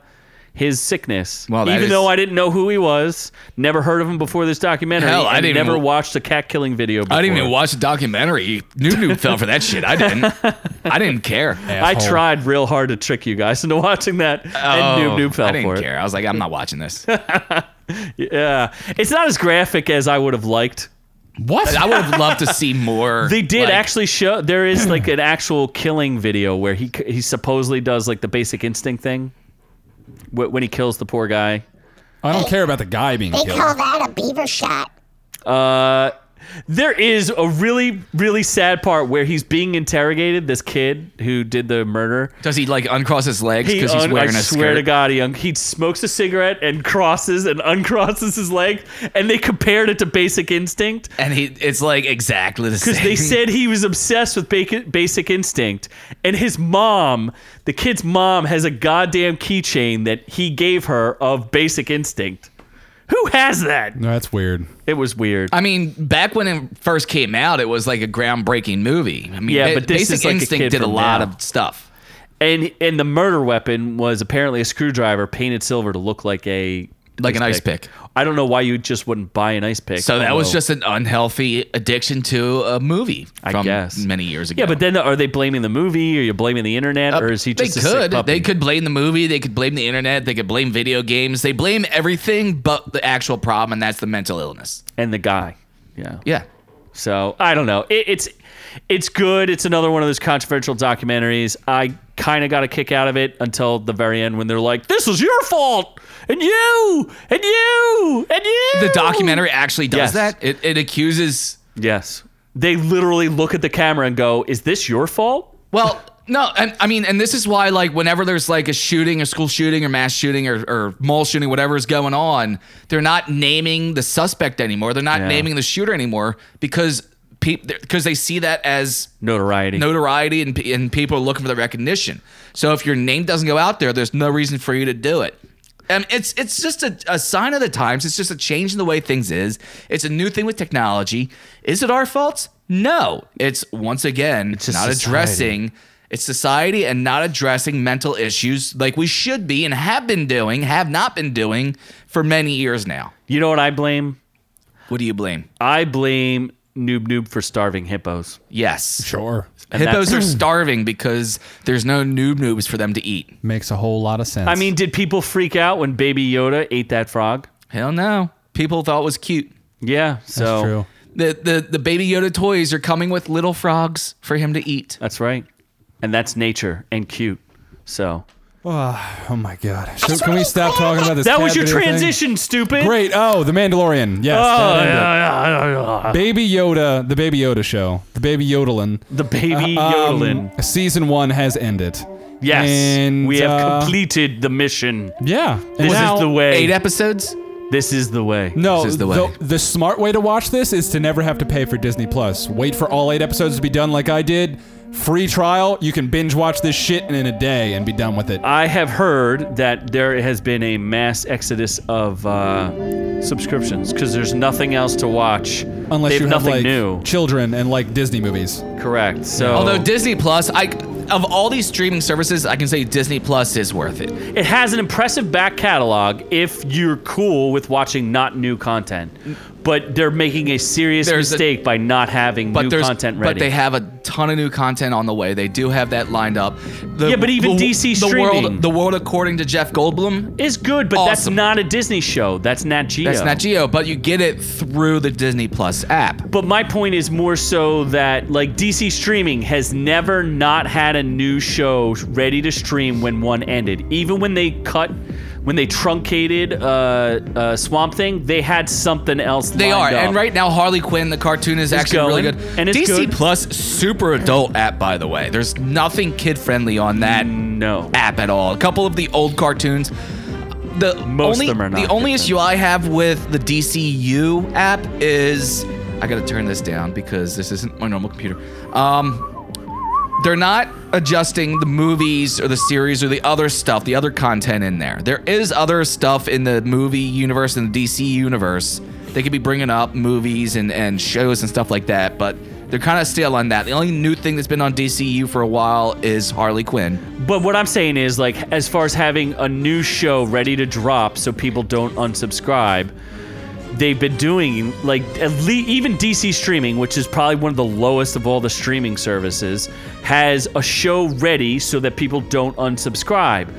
S1: his sickness.
S2: Well, that
S1: even
S2: is-
S1: though I didn't know who he was, never heard of him before this documentary.
S2: Hell, I
S1: and
S2: didn't
S1: never
S2: even-
S1: watched a cat killing video. Before.
S2: I didn't even watch the documentary. Noob Noob fell for that shit. I didn't. I didn't care.
S1: I
S3: Asshole.
S1: tried real hard to trick you guys into watching that, and Noob Noob fell
S2: Oh, I didn't
S1: for it.
S2: care. I was like, I'm not watching this.
S1: Yeah, it's not as graphic as I would have liked.
S2: What? I would have loved to see more.
S1: They did
S2: like,
S1: actually show there is like an actual killing video where he he supposedly does like the basic instinct thing wh- when he kills the poor guy.
S3: I don't care about the guy being
S7: They call
S3: killed.
S7: that a beaver shot.
S1: Uh, there is a really really sad part where he's being interrogated. This kid who did the murder.
S2: Does he like uncross his legs
S1: He
S2: because he's
S1: un-
S2: wearing
S1: I
S2: a
S1: swear
S2: skirt?
S1: to God, he, un- he smokes a cigarette and crosses and uncrosses his legs, and they compared it to Basic Instinct.
S2: And he, it's like exactly the same.
S1: because they said he was obsessed with Bac- Basic Instinct, and his mom, the kid's mom, has a goddamn keychain that he gave her of Basic Instinct. Who has that?
S3: No, that's weird.
S1: It was weird.
S2: I mean, back when it first came out, it was like a groundbreaking movie. I mean,
S1: Yeah,
S2: Ba-
S1: but this
S2: Basic
S1: is like a
S2: Instinct
S1: kid
S2: did a
S1: from
S2: lot
S1: now.
S2: of stuff.
S1: And and the murder weapon was apparently a screwdriver painted silver to look like a
S2: Like an ice pick.
S1: I don't know why you just wouldn't buy an ice pick.
S2: So that was
S1: although-
S2: just an unhealthy addiction to a movie
S1: I
S2: from
S1: guess.
S2: many years ago.
S1: yeah. But then are they blaming the movie? Are you blaming the internet? or is he just
S2: Uh, they
S1: a sick
S2: could
S1: puppy?
S2: they could blame the movie they could blame the internet they could blame video games they blame everything but the actual problem and that's the mental illness
S1: and the guy. Yeah.
S2: yeah
S1: So I don't know. It, it's it's good. It's another one of those controversial documentaries. I kind of got a kick out of it until the very end when they're like, "This is your fault." And you, and you, and you.
S2: The documentary actually
S1: Yes.
S2: does that. It, it accuses.
S1: Yes. They literally look at the camera and go, "Is this your fault?"
S2: Well, no, and, I mean, and this is why, like, whenever there's like a shooting, a school shooting, or mass shooting, or, or mall shooting, whatever is going on, they're not naming the suspect anymore. They're not
S1: Yeah.
S2: naming the shooter anymore because because they see that as
S1: Notoriety.
S2: notoriety and, pe- and people are looking for the recognition. So if your name doesn't go out there, there's no reason for you to do it. And it's it's just a, a sign of the times. It's just a change in the way things is. It's a new thing with technology. Is it our faults? No. It's once again
S1: just
S2: not
S1: society.
S2: addressing it's society and not addressing mental issues like we should be and have been doing, have not been doing for many years now.
S1: you know what I blame?
S2: What do you blame?
S1: I blame Noob Noob for starving hippos.
S2: Yes.
S3: Sure.
S2: Hippos are
S1: that's-
S2: starving because there's no noob noobs for them to eat.
S3: Makes a whole lot of sense.
S1: I mean, did people freak out when Baby Yoda ate that frog?
S2: Hell no. People thought it was cute.
S1: Yeah, so
S3: that's true.
S2: The, the the baby Yoda toys are coming with little frogs for him to eat.
S1: That's right. And that's nature and cute. So
S3: Oh my god. So can we stop talking about this?
S1: that
S3: cat
S1: was your
S3: video thing?
S1: transition, stupid.
S3: Great. Oh, the Mandalorian. Yes.
S1: Oh,
S3: that ended.
S1: yeah, yeah, yeah, yeah.
S3: Baby Yoda, the Baby Yoda show, the Baby Yodelin.
S1: The baby yodeling.
S3: Um, season one has ended.
S1: yes,
S3: and,
S1: we have
S3: uh,
S1: completed the mission.
S3: Yeah. And
S1: This
S3: now-
S1: is the way.
S2: Eight episodes?
S1: This is the way.
S3: No,
S2: This is the way.
S3: The, the smart way to watch this is to never have to pay for Disney Plus. Wait for all eight episodes to be done, like I did. Free trial. You can binge watch this shit in a day and be done with it.
S1: I have heard that there has been a mass exodus of uh, subscriptions because there's nothing else to watch.
S3: Unless
S1: they have
S3: you have
S1: nothing
S3: like
S1: new.
S3: children and like Disney movies.
S1: Correct. So
S2: Although Disney Plus, I of all these streaming services, I can say Disney Plus is worth it.
S1: it has an impressive back catalog if you're cool with watching not new content. But they're making a serious
S2: There's a-
S1: mistake by not having
S2: But
S1: new
S2: there's
S1: content ready.
S2: but they have a ton of new content on the way. They do have that lined up. The-
S1: Yeah, but even
S2: the-
S1: DC
S2: the
S1: streaming.
S2: world, the world according to Jeff Goldblum,
S1: is good, but that's
S2: Awesome.
S1: not a Disney show. That's Nat Geo.
S2: that's not Geo, but you get it through the Disney Plus app.
S1: But my point is more so that like DC streaming has never not had a new show ready to stream when one ended. Even when they cut, when they truncated uh, uh, Swamp Thing, they had something else.
S2: They
S1: lined
S2: are,
S1: up.
S2: and right now Harley Quinn, the cartoon is actually really
S1: going,
S2: good.
S1: and it's
S2: DC
S1: good.
S2: Plus, super adult app, by the way. There's nothing kid friendly on that
S1: no.
S2: app at all. A couple of the old cartoons. The
S1: Most of
S2: only
S1: them are not
S2: the only
S1: kid-friendly.
S2: issue I have with the DCU app is I gotta turn this down because this isn't my normal computer. Um, they're not adjusting the movies or the series or the other stuff, the other content in there. There is other stuff in the movie universe and the DC universe. They could be bringing up movies and, and shows and stuff like that, but they're kind of stale on that. The only new thing that's been on DCU for a while is Harley Quinn.
S1: But what I'm saying is like as far as having a new show ready to drop so people don't unsubscribe. They've been doing like at least even DC streaming, which is probably one of the lowest of all the streaming services, has a show ready so that people don't unsubscribe.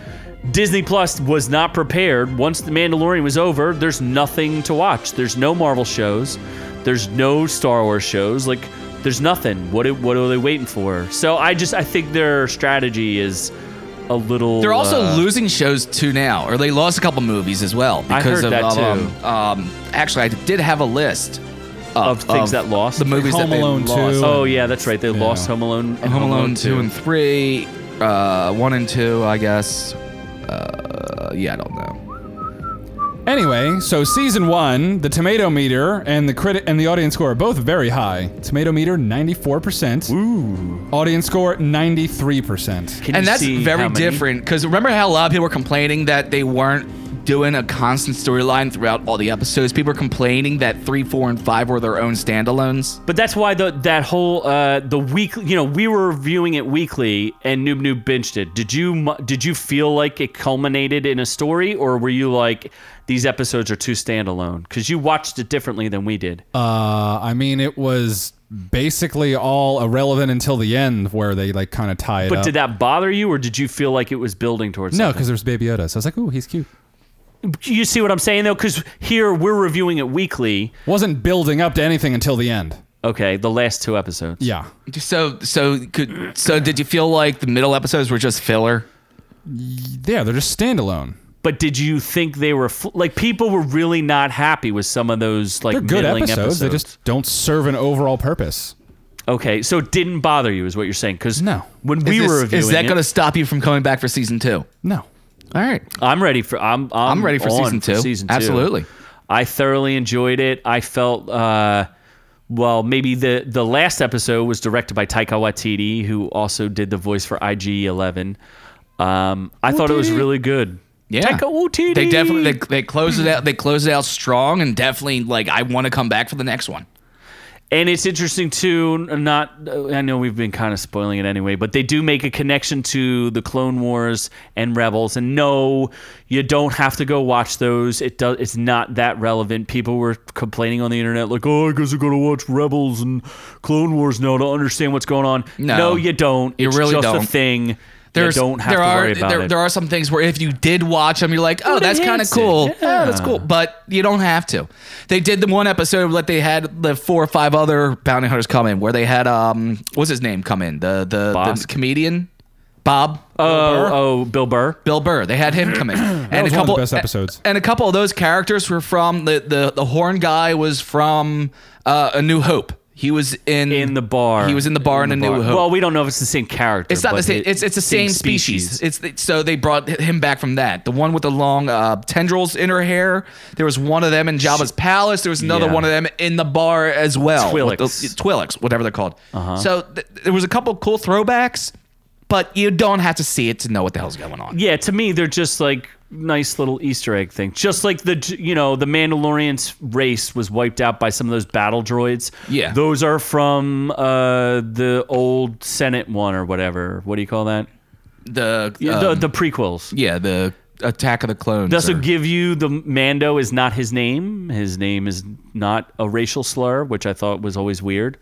S1: Disney Plus was not prepared. Once The Mandalorian was over, there's nothing to watch. There's no Marvel shows, there's no Star Wars shows. Like, there's nothing. What what are they waiting for? So I just I think their strategy is a little.
S2: They're also
S1: uh,
S2: losing shows too now, or they lost a couple movies as well
S1: I
S2: because
S1: heard
S2: of
S1: that
S2: um, um, actually I did have a list
S1: Of things that lost?
S2: the movies
S3: Home
S2: that they
S3: Alone 2.
S2: lost.
S1: Oh yeah, that's right. They lost
S3: Yeah.
S1: Home Alone. And
S2: Home Alone two and three, uh, one and two, I guess. Uh, yeah, I don't know.
S3: Anyway, so season one, the tomato meter and the credit and the audience score are both very high. Tomato meter 94%. Ooh. Audience score 93%.
S1: Can you
S2: and that's
S1: see
S2: very
S1: how many?
S2: different because remember how a lot of people were complaining that they weren't doing a constant storyline throughout all the episodes. People were complaining that three, four, and five were their own standalones.
S1: But that's why the that whole uh, the week. You know, we were reviewing it weekly, and Noob Noob binged it. Did you mu- did you feel like it culminated in a story, or were you like these episodes are too standalone? Because you watched it differently than we did.
S3: Uh, I mean, it was basically all irrelevant until the end where they like kind of tie it
S1: but
S3: up.
S1: did that bother you, or did you feel like it was building towards?
S3: no,
S1: something?
S3: because there's Baby Yoda. So I was like, ooh, he's cute.
S1: you see what I'm saying though. Because here we're reviewing it weekly.
S3: Wasn't building up to anything until the end.
S1: Okay, the last two episodes.
S3: Yeah.
S2: So so could so did you feel like the middle episodes were just filler?
S3: Yeah, they're just standalone.
S1: But did you think they were fl- like people were really not happy with some of those like
S3: They're good
S1: middling
S3: episodes. They just don't serve an overall purpose.
S1: okay. So it didn't bother you, is what you're saying? Because
S3: No.
S1: when
S2: Is
S1: we
S2: this-
S1: were reviewing
S2: Is that
S1: it-
S2: going to stop you from coming back for season two?
S3: No.
S2: All right.
S1: I'm ready for I'm I'm,
S2: I'm ready for
S1: on
S2: season two.
S1: season two.
S2: Absolutely.
S1: I thoroughly enjoyed it. I felt uh well, maybe the the last episode was directed by Taika Waititi, who also did the voice for IG11. Um, I thought it was really good.
S2: Yeah.
S1: Taika Waititi.
S2: They definitely they, they close it out. They close it out strong and definitely like I want to come back for the next one.
S1: And it's interesting too. Not, uh, I know we've been kind of spoiling it anyway, but they do make a connection to the Clone Wars and Rebels. And no, you don't have to go watch those. It does. It's not that relevant. People were complaining on the internet, like, "Oh, I guess I gotta watch Rebels and Clone Wars now to understand what's going on."
S2: No.
S1: you don't.
S2: You
S1: it's
S2: really
S1: just
S2: don't.
S1: a thing.
S2: There's,
S1: you don't have
S2: there
S1: to
S2: are,
S1: worry about
S2: there,
S1: it.
S2: There are some things where if you did watch them, you're like, oh,
S1: would
S2: that's kind of
S1: enhance it.
S2: cool.
S1: Yeah.
S2: Yeah, that's cool. But you don't have to. They did the one episode that they had the four or five other bounty hunters come in, where they had um, what's his name come in? The the, the
S1: Bosk?
S2: comedian, Bob.
S1: oh, oh, Bill Burr.
S2: Bill Burr. They had him come in, and
S3: was
S2: a
S3: one of the
S2: couple
S3: best episodes.
S2: And a couple of those characters were from the the, the horn guy was from uh, A New Hope. He was in
S1: In the bar.
S2: He was in the bar in, A New Hope.
S1: Well, we don't know if it's the same character.
S2: it's not the
S1: but
S2: same.
S1: it-
S2: it's it's the same, species. It's the- so they brought him back from that. The one with the long uh, tendrils in her hair. There was one of them in Jabba's palace. There was another
S1: Yeah.
S2: one of them in the bar as well.
S1: Twi'leks.
S2: With the- Twi'leks, whatever they're called.
S1: Uh-huh.
S2: So th- there was a couple cool throwbacks, but you don't have to see it to know what the hell's going on.
S1: yeah, to me, they're just like nice little Easter egg thing. Just like the you know the Mandalorian's race was wiped out by some of those battle droids.
S2: Yeah.
S1: those are from uh, the old Senate one or whatever. What do you call that?
S2: The
S1: Yeah,
S2: um,
S1: the, the prequels.
S2: Yeah, the Attack of the Clones.
S1: Does
S2: or-
S1: it give you the Mando is not his name. His name is not a racial slur, which I thought was always weird.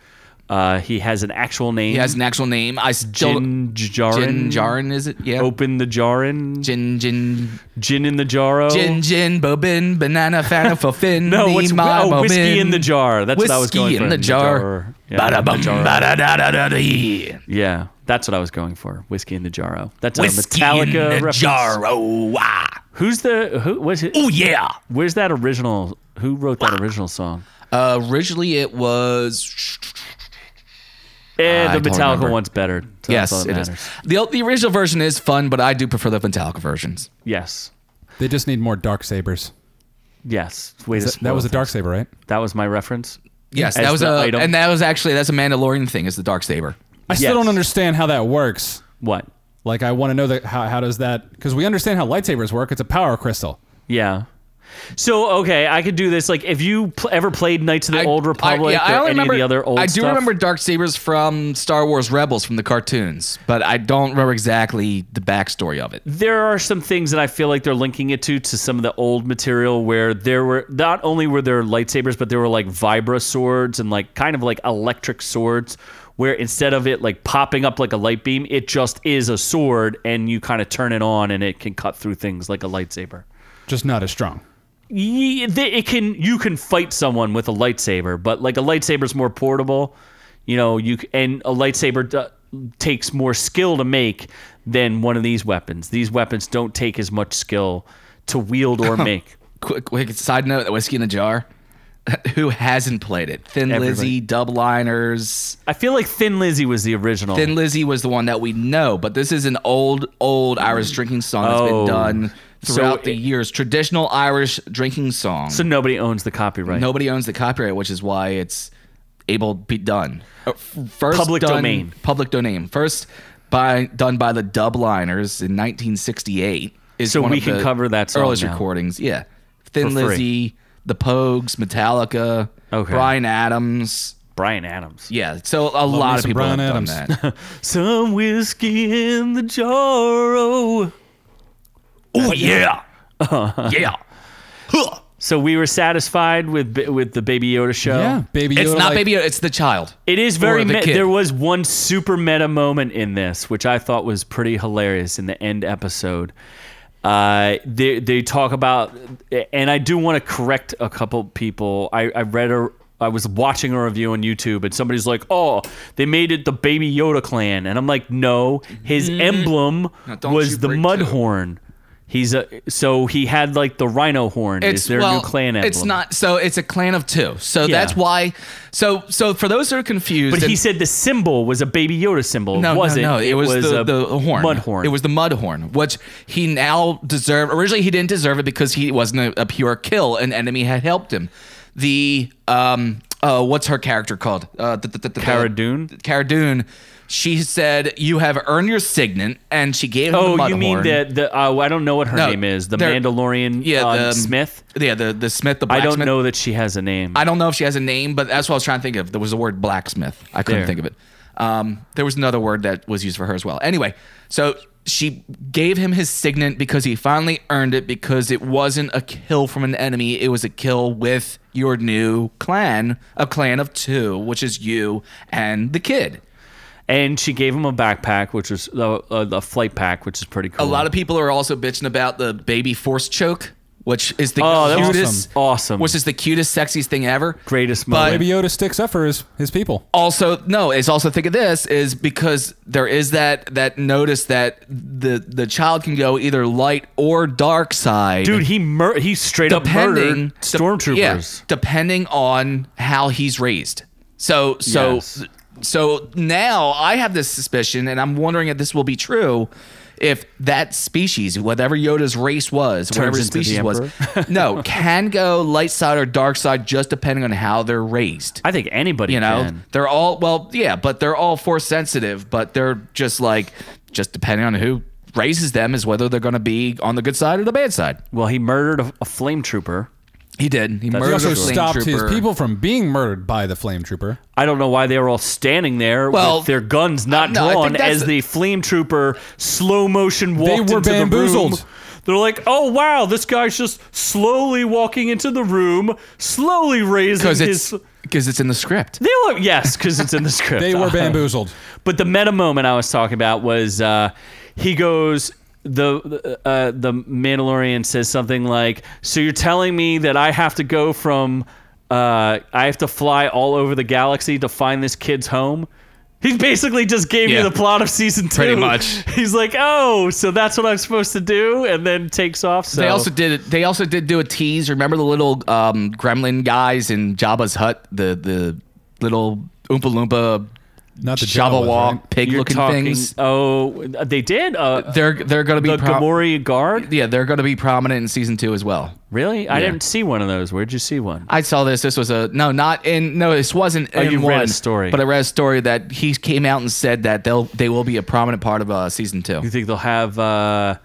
S1: Uh, he has an actual name.
S2: he has an actual name. I still
S1: Jin
S2: Jin
S1: Jarin.
S2: Jarin is it? Yeah.
S1: Open the Jarin.
S2: Jin Jin
S1: Gin in the Jarro.
S2: Jin Jin Bobin Banana Fana Fofin.
S1: No,
S2: me,
S1: what's
S2: my
S1: oh, whiskey
S2: Mobin.
S1: in the jar? That's what I was
S2: Whiskey
S1: going for.
S2: in the jar.
S1: Yeah,
S2: Bada bum,
S1: Jarro.
S2: bada da da da da.
S1: Yeah, that's what I was going for. Whiskey in the jarro. That's
S2: Whiskey
S1: a Metallica
S2: in the
S1: reference.
S2: jar. Oh, wow.
S1: Who's the who was it?
S2: Ooh, yeah.
S1: Where's that original? Who wrote that original song?
S2: Uh, originally, it was I
S1: Eh, the
S2: don't
S1: Metallica
S2: remember.
S1: one's better. So that's all
S2: yes,
S1: that
S2: it is.
S1: matters.
S2: the The original version is fun, but I do prefer the Metallica versions.
S1: Yes,
S3: They just need more dark sabers.
S1: yes. Wait,
S3: That, that was a dark saber, right?
S1: That was my reference.
S2: Yes,
S1: As
S2: that was
S1: the
S2: a,
S1: item.
S2: and that was actually that's a Mandalorian thing. Is the dark saber?
S3: I still
S1: Yes.
S3: don't understand how that works.
S1: What?
S3: Like, I want to know that how, how does that because we understand how lightsabers work. It's a power crystal.
S1: Yeah. So okay, I could do this. Like, if you pl- ever played Knights of the
S2: I-
S1: Old
S2: I-
S1: Republic
S2: yeah, I
S1: or
S2: don't
S1: any of the other old
S2: I do
S1: stuff-
S2: remember dark sabers from Star Wars Rebels from the cartoons, but I don't remember exactly the backstory of it.
S1: there are some things that I feel like they're linking it to to some of the old material where there were not only were there lightsabers, but there were like vibra swords and like kind of like electric swords where instead of it like popping up like a light beam, it just is a sword and you kind of turn it on and it can cut through things like a lightsaber.
S3: Just not as strong.
S1: Ye- they- It can you can fight someone with a lightsaber, but like a lightsaber's more portable, you know. You c- and a lightsaber d- takes more skill to make than one of these weapons. These weapons don't take as much skill to wield or make.
S2: Quick, quick side note: whiskey in a jar. Who hasn't played it? Thin
S1: Everybody.
S2: Lizzy, Dub Liners.
S1: I feel like Thin Lizzy was the original.
S2: Thin Lizzy was the one that we know, but this is an old, old Irish drinking song that's
S1: Oh.
S2: been done
S1: So
S2: throughout the
S1: it-
S2: years. Traditional Irish drinking song.
S1: so nobody owns the copyright.
S2: Nobody owns the copyright, which is why it's able to be done. Uh, f- First
S1: Public
S2: done-
S1: domain.
S2: Public domain. First by done by the Dubliners in 1968. Is
S1: So
S2: one
S1: we
S2: of
S1: can
S2: the
S1: cover that song
S2: earliest
S1: now.
S2: recordings. Yeah, Thin
S1: For free.
S2: Lizzy, The Pogues, Metallica,
S1: Okay.
S2: Brian Adams.
S1: Brian Adams.
S2: Yeah, so a lot
S3: me
S2: of
S3: some
S2: people
S3: Bryan
S2: have
S3: Adams.
S2: done that.
S1: Some whiskey in the jar. Oh.
S2: oh yeah, yeah. Huh.
S1: So we were satisfied with ba- with the Baby Yoda show.
S3: Yeah, baby.
S2: It's
S3: Yoda,
S2: not
S3: like-
S2: baby. It's the child.
S1: It is very.
S2: the
S1: me-
S2: kid.
S1: there was one super meta moment in this, which I thought was pretty hilarious in the end episode. Uh, they they talk about, and I do want to correct a couple people. I, I read a I was watching a review on YouTube and somebody's like, "Oh, they made it the Baby Yoda clan," and I'm like, "No, his emblem
S2: No, Mm-hmm. don't you
S1: was the
S2: break
S1: mud
S2: two.
S1: horn. He's a so he had like the rhino horn. Is there a new clan emblem?
S2: It's not. So it's a clan of two. So
S1: Yeah.
S2: that's why. So so for those who are confused,
S1: But
S2: and-
S1: he said the symbol was a Baby Yoda symbol.
S2: No,
S1: it wasn't.
S2: no, no. It, was, the,
S1: a
S2: the horn.
S1: mud horn.
S2: It was the mud horn, which he now deserved. Originally, he didn't deserve it because he wasn't a, a pure kill. An enemy had helped him. The um, uh, what's her character called? Uh, th- th- th- th-
S1: Cara Dune?
S2: Cara Dune. She said, "You have earned your signet," and she gave him the
S1: Oh,
S2: mud
S1: you mean
S2: horn.
S1: that the uh, I don't know what her
S2: No,
S1: name is. The
S2: they're-
S1: Mandalorian
S2: Yeah,
S1: uh,
S2: the
S1: Smith.
S2: Yeah, the the Smith. The
S1: I
S2: blacksmith.
S1: don't know that she has a name.
S2: I don't know if she has a name, but that's what I was trying to think of. There was the word blacksmith. I couldn't
S1: There.
S2: think of it. Um, there was another word that was used for her as well. Anyway, so she gave him his signet because he finally earned it because it wasn't a kill from an enemy. It was a kill with your new clan, a clan of two, which is you and the kid.
S1: and she gave him a backpack, which was uh, uh, a flight pack, which is pretty
S2: A
S1: cool.
S2: lot of people are also bitching about the baby force choke. Which is the
S1: Oh, that was
S2: cutest,
S1: awesome.
S2: Which is the cutest, sexiest thing ever.
S1: Greatest
S2: But-
S1: moment.
S3: Baby Yoda sticks up for his, his people.
S2: also no it's also think of this is because there is that that notice that the the child can go either light or dark side
S1: dude. He mur- he straight up
S2: depending
S1: murdered stormtroopers.
S2: de- yeah, depending on how he's raised so so
S1: Yes.
S2: so now i have this suspicion and i'm wondering if this will be true if that species whatever yoda's race was whatever
S1: into the
S2: species was no can go light side or dark side just depending on how they're raised
S1: I think anybody
S2: you know
S1: can.
S2: they're all well yeah but they're all force sensitive but they're just like just depending on who raises them is whether they're going to be on the good side or the bad side
S1: Well, he murdered a, a flame trooper.
S2: he did he
S3: He
S2: murdered
S3: also
S2: a flame
S3: stopped his
S2: trooper.
S3: people from being murdered by the flame trooper.
S1: I don't know why they were all standing there
S2: Well,
S1: with their guns not
S2: uh, no, I think
S1: drawn
S2: that's
S1: as
S2: the-
S1: the flame trooper slow motion walked
S3: were
S1: into the
S3: bamboozled.
S1: room. They're like, "Oh wow, this guy's just slowly walking into the room, slowly raising
S2: because
S1: his."
S2: it's because it's in the script
S1: They were yes, because it's in the script.
S3: They were bamboozled.
S1: But the meta moment I was talking about was uh, he goes the uh, the Mandalorian says something like, "So you're telling me that I have to go from uh, I have to fly all over the galaxy to find this kid's home?" He basically just gave
S2: Yeah.
S1: me the plot of season two.
S2: Pretty much.
S1: He's like, "Oh, so that's what I'm supposed to do," and then takes off. So
S2: they also did it they also did do a tease remember the little um, gremlin guys in jabba's hut the the little oompa loompa
S3: Not the
S2: jabba
S3: Jawas,
S2: walk
S3: right?
S2: pig
S1: you're
S2: looking
S1: talking.
S2: things
S1: Oh, they did. Uh,
S2: they're they're going to be
S1: the
S2: pro-
S1: Gamorrean guard.
S2: yeah they're going to be prominent in season two as well
S1: Really? I didn't see one of those. Where'd you see one?
S2: I saw this. This was a no, not in no. This wasn't. in
S1: you
S2: one,
S1: Oh, read a story.
S2: but I read a story that he came out and said that they'll they will be a prominent part of uh, season two.
S1: You think they'll have uh,